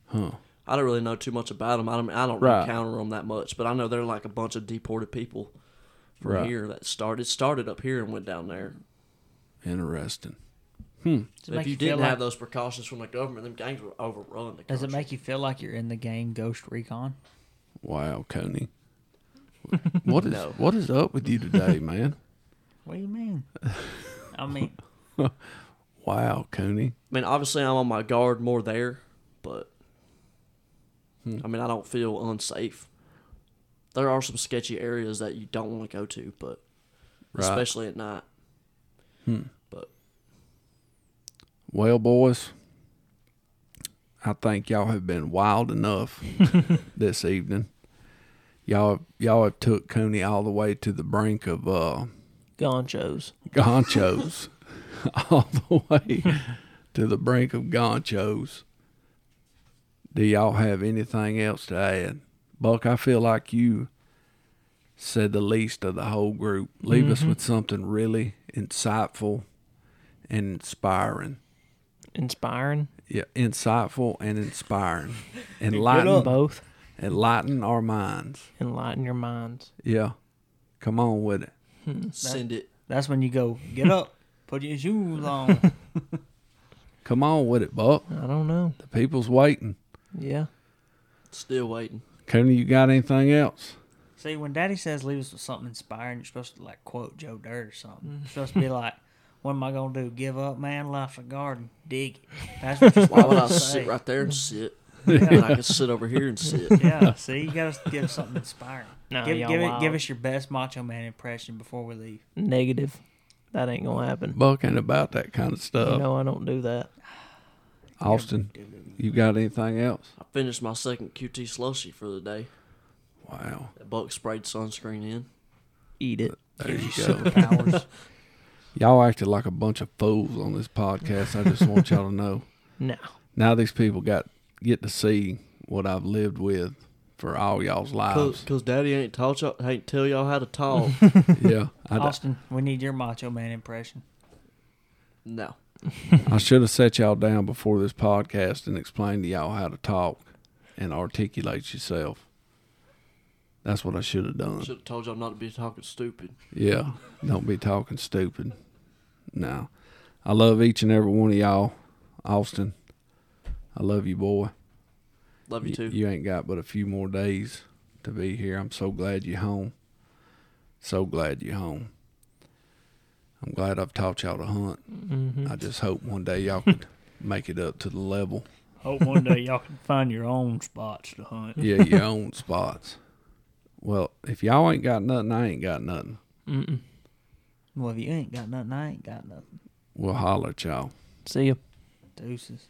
Speaker 1: Huh.
Speaker 3: I don't really know too much about them. I don't, I don't
Speaker 1: Right.
Speaker 3: encounter them that much, but I know they're like a bunch of deported people from
Speaker 1: Right.
Speaker 3: here that started started up here and went down there.
Speaker 1: Interesting. Hmm.
Speaker 4: Does
Speaker 3: If
Speaker 4: it make
Speaker 3: you,
Speaker 4: feel
Speaker 3: didn't
Speaker 4: like,
Speaker 3: have those precautions from the government, them gangs were overrun. The
Speaker 4: Does it
Speaker 3: country.
Speaker 4: make you feel like you're in the game Ghost Recon?
Speaker 1: Wow, Coney. What is
Speaker 3: No.
Speaker 1: what is up with you today, man?
Speaker 4: What do you mean? I mean,
Speaker 1: Wow, Coney.
Speaker 3: I mean, obviously, I'm on my guard more there, but I mean, I don't feel unsafe. There are some sketchy areas that you don't want to go to, but
Speaker 1: Right.
Speaker 3: especially at night.
Speaker 1: Well, boys, I think y'all have been wild enough this evening. Y'all y'all have took Cooney all the way to the brink of uh
Speaker 2: Gonchos.
Speaker 1: Gonchos. all the way to the brink of Gonchos. Do y'all have anything else to add? Buck, I feel like you said the least of the whole group. Leave us with something really insightful and inspiring.
Speaker 2: Inspiring.
Speaker 1: Yeah, insightful and inspiring.
Speaker 2: Good
Speaker 1: Enlighten,
Speaker 2: both.
Speaker 1: enlighten our minds.
Speaker 2: Enlighten your minds.
Speaker 1: Yeah, come on with it.
Speaker 3: Send it.
Speaker 4: that's when you go get up, put your shoes on.
Speaker 1: Come on with it, Buck.
Speaker 2: I don't know.
Speaker 1: The people's waiting.
Speaker 2: Yeah.
Speaker 3: Still waiting.
Speaker 1: Cooney, you got anything else?
Speaker 4: See, when Daddy says leave us with something inspiring, you're supposed to like quote Joe Dirt or something. You're supposed to be like, "What am I gonna do? Give up, man? Life's a garden. Dig it." That's what you're
Speaker 3: Why
Speaker 4: supposed
Speaker 3: would I
Speaker 4: to
Speaker 3: sit
Speaker 4: say.
Speaker 3: right there and sit? And I can sit over here and sit.
Speaker 4: Yeah. See, you gotta give something inspiring.
Speaker 2: Nah,
Speaker 4: give
Speaker 2: y'all
Speaker 4: give, it,
Speaker 2: wild.
Speaker 4: give us your best Macho Man impression before we leave.
Speaker 2: Negative. That ain't gonna happen.
Speaker 1: Buck ain't about that kind of
Speaker 2: You
Speaker 1: stuff.
Speaker 2: know I don't do that.
Speaker 1: Austin, you got anything else?
Speaker 3: I finished my second QT slushy for the day.
Speaker 1: Wow,
Speaker 3: That Buck sprayed sunscreen in.
Speaker 2: Eat it.
Speaker 1: there you go.
Speaker 4: Powers.
Speaker 1: y'all acted like a bunch of fools on this podcast. I just want y'all to know.
Speaker 2: No.
Speaker 1: Now these people got get to see what I've lived with for all y'all's
Speaker 3: Cause,
Speaker 1: lives.
Speaker 3: 'cause daddy ain't taught y'all, ain't tell y'all how to talk.
Speaker 1: yeah, I,
Speaker 4: Austin, we need your Macho Man impression.
Speaker 3: no.
Speaker 1: I should have set y'all down before this podcast and explained to y'all how to talk and articulate yourself. That's what I should have done.
Speaker 3: Should have told y'all not to be talking stupid.
Speaker 1: Yeah, don't be talking stupid. No, I love each and every one of y'all. Austin, I love you, boy.
Speaker 3: Love you
Speaker 1: Y-
Speaker 3: too.
Speaker 1: You ain't got but a few more days to be here. I'm so glad you're home. So glad you're home. I'm glad I've taught y'all to hunt.
Speaker 2: Mm-hmm.
Speaker 1: I just hope one day y'all could make it up to the level.
Speaker 4: Hope one day y'all can find your own spots to hunt.
Speaker 1: Yeah, your own spots. Well, if y'all ain't got nothing, I ain't got nothing.
Speaker 2: Mm-mm.
Speaker 4: Well, if you ain't got nothing, I ain't got nothing.
Speaker 1: We'll holler at y'all.
Speaker 2: See ya.
Speaker 4: Deuces.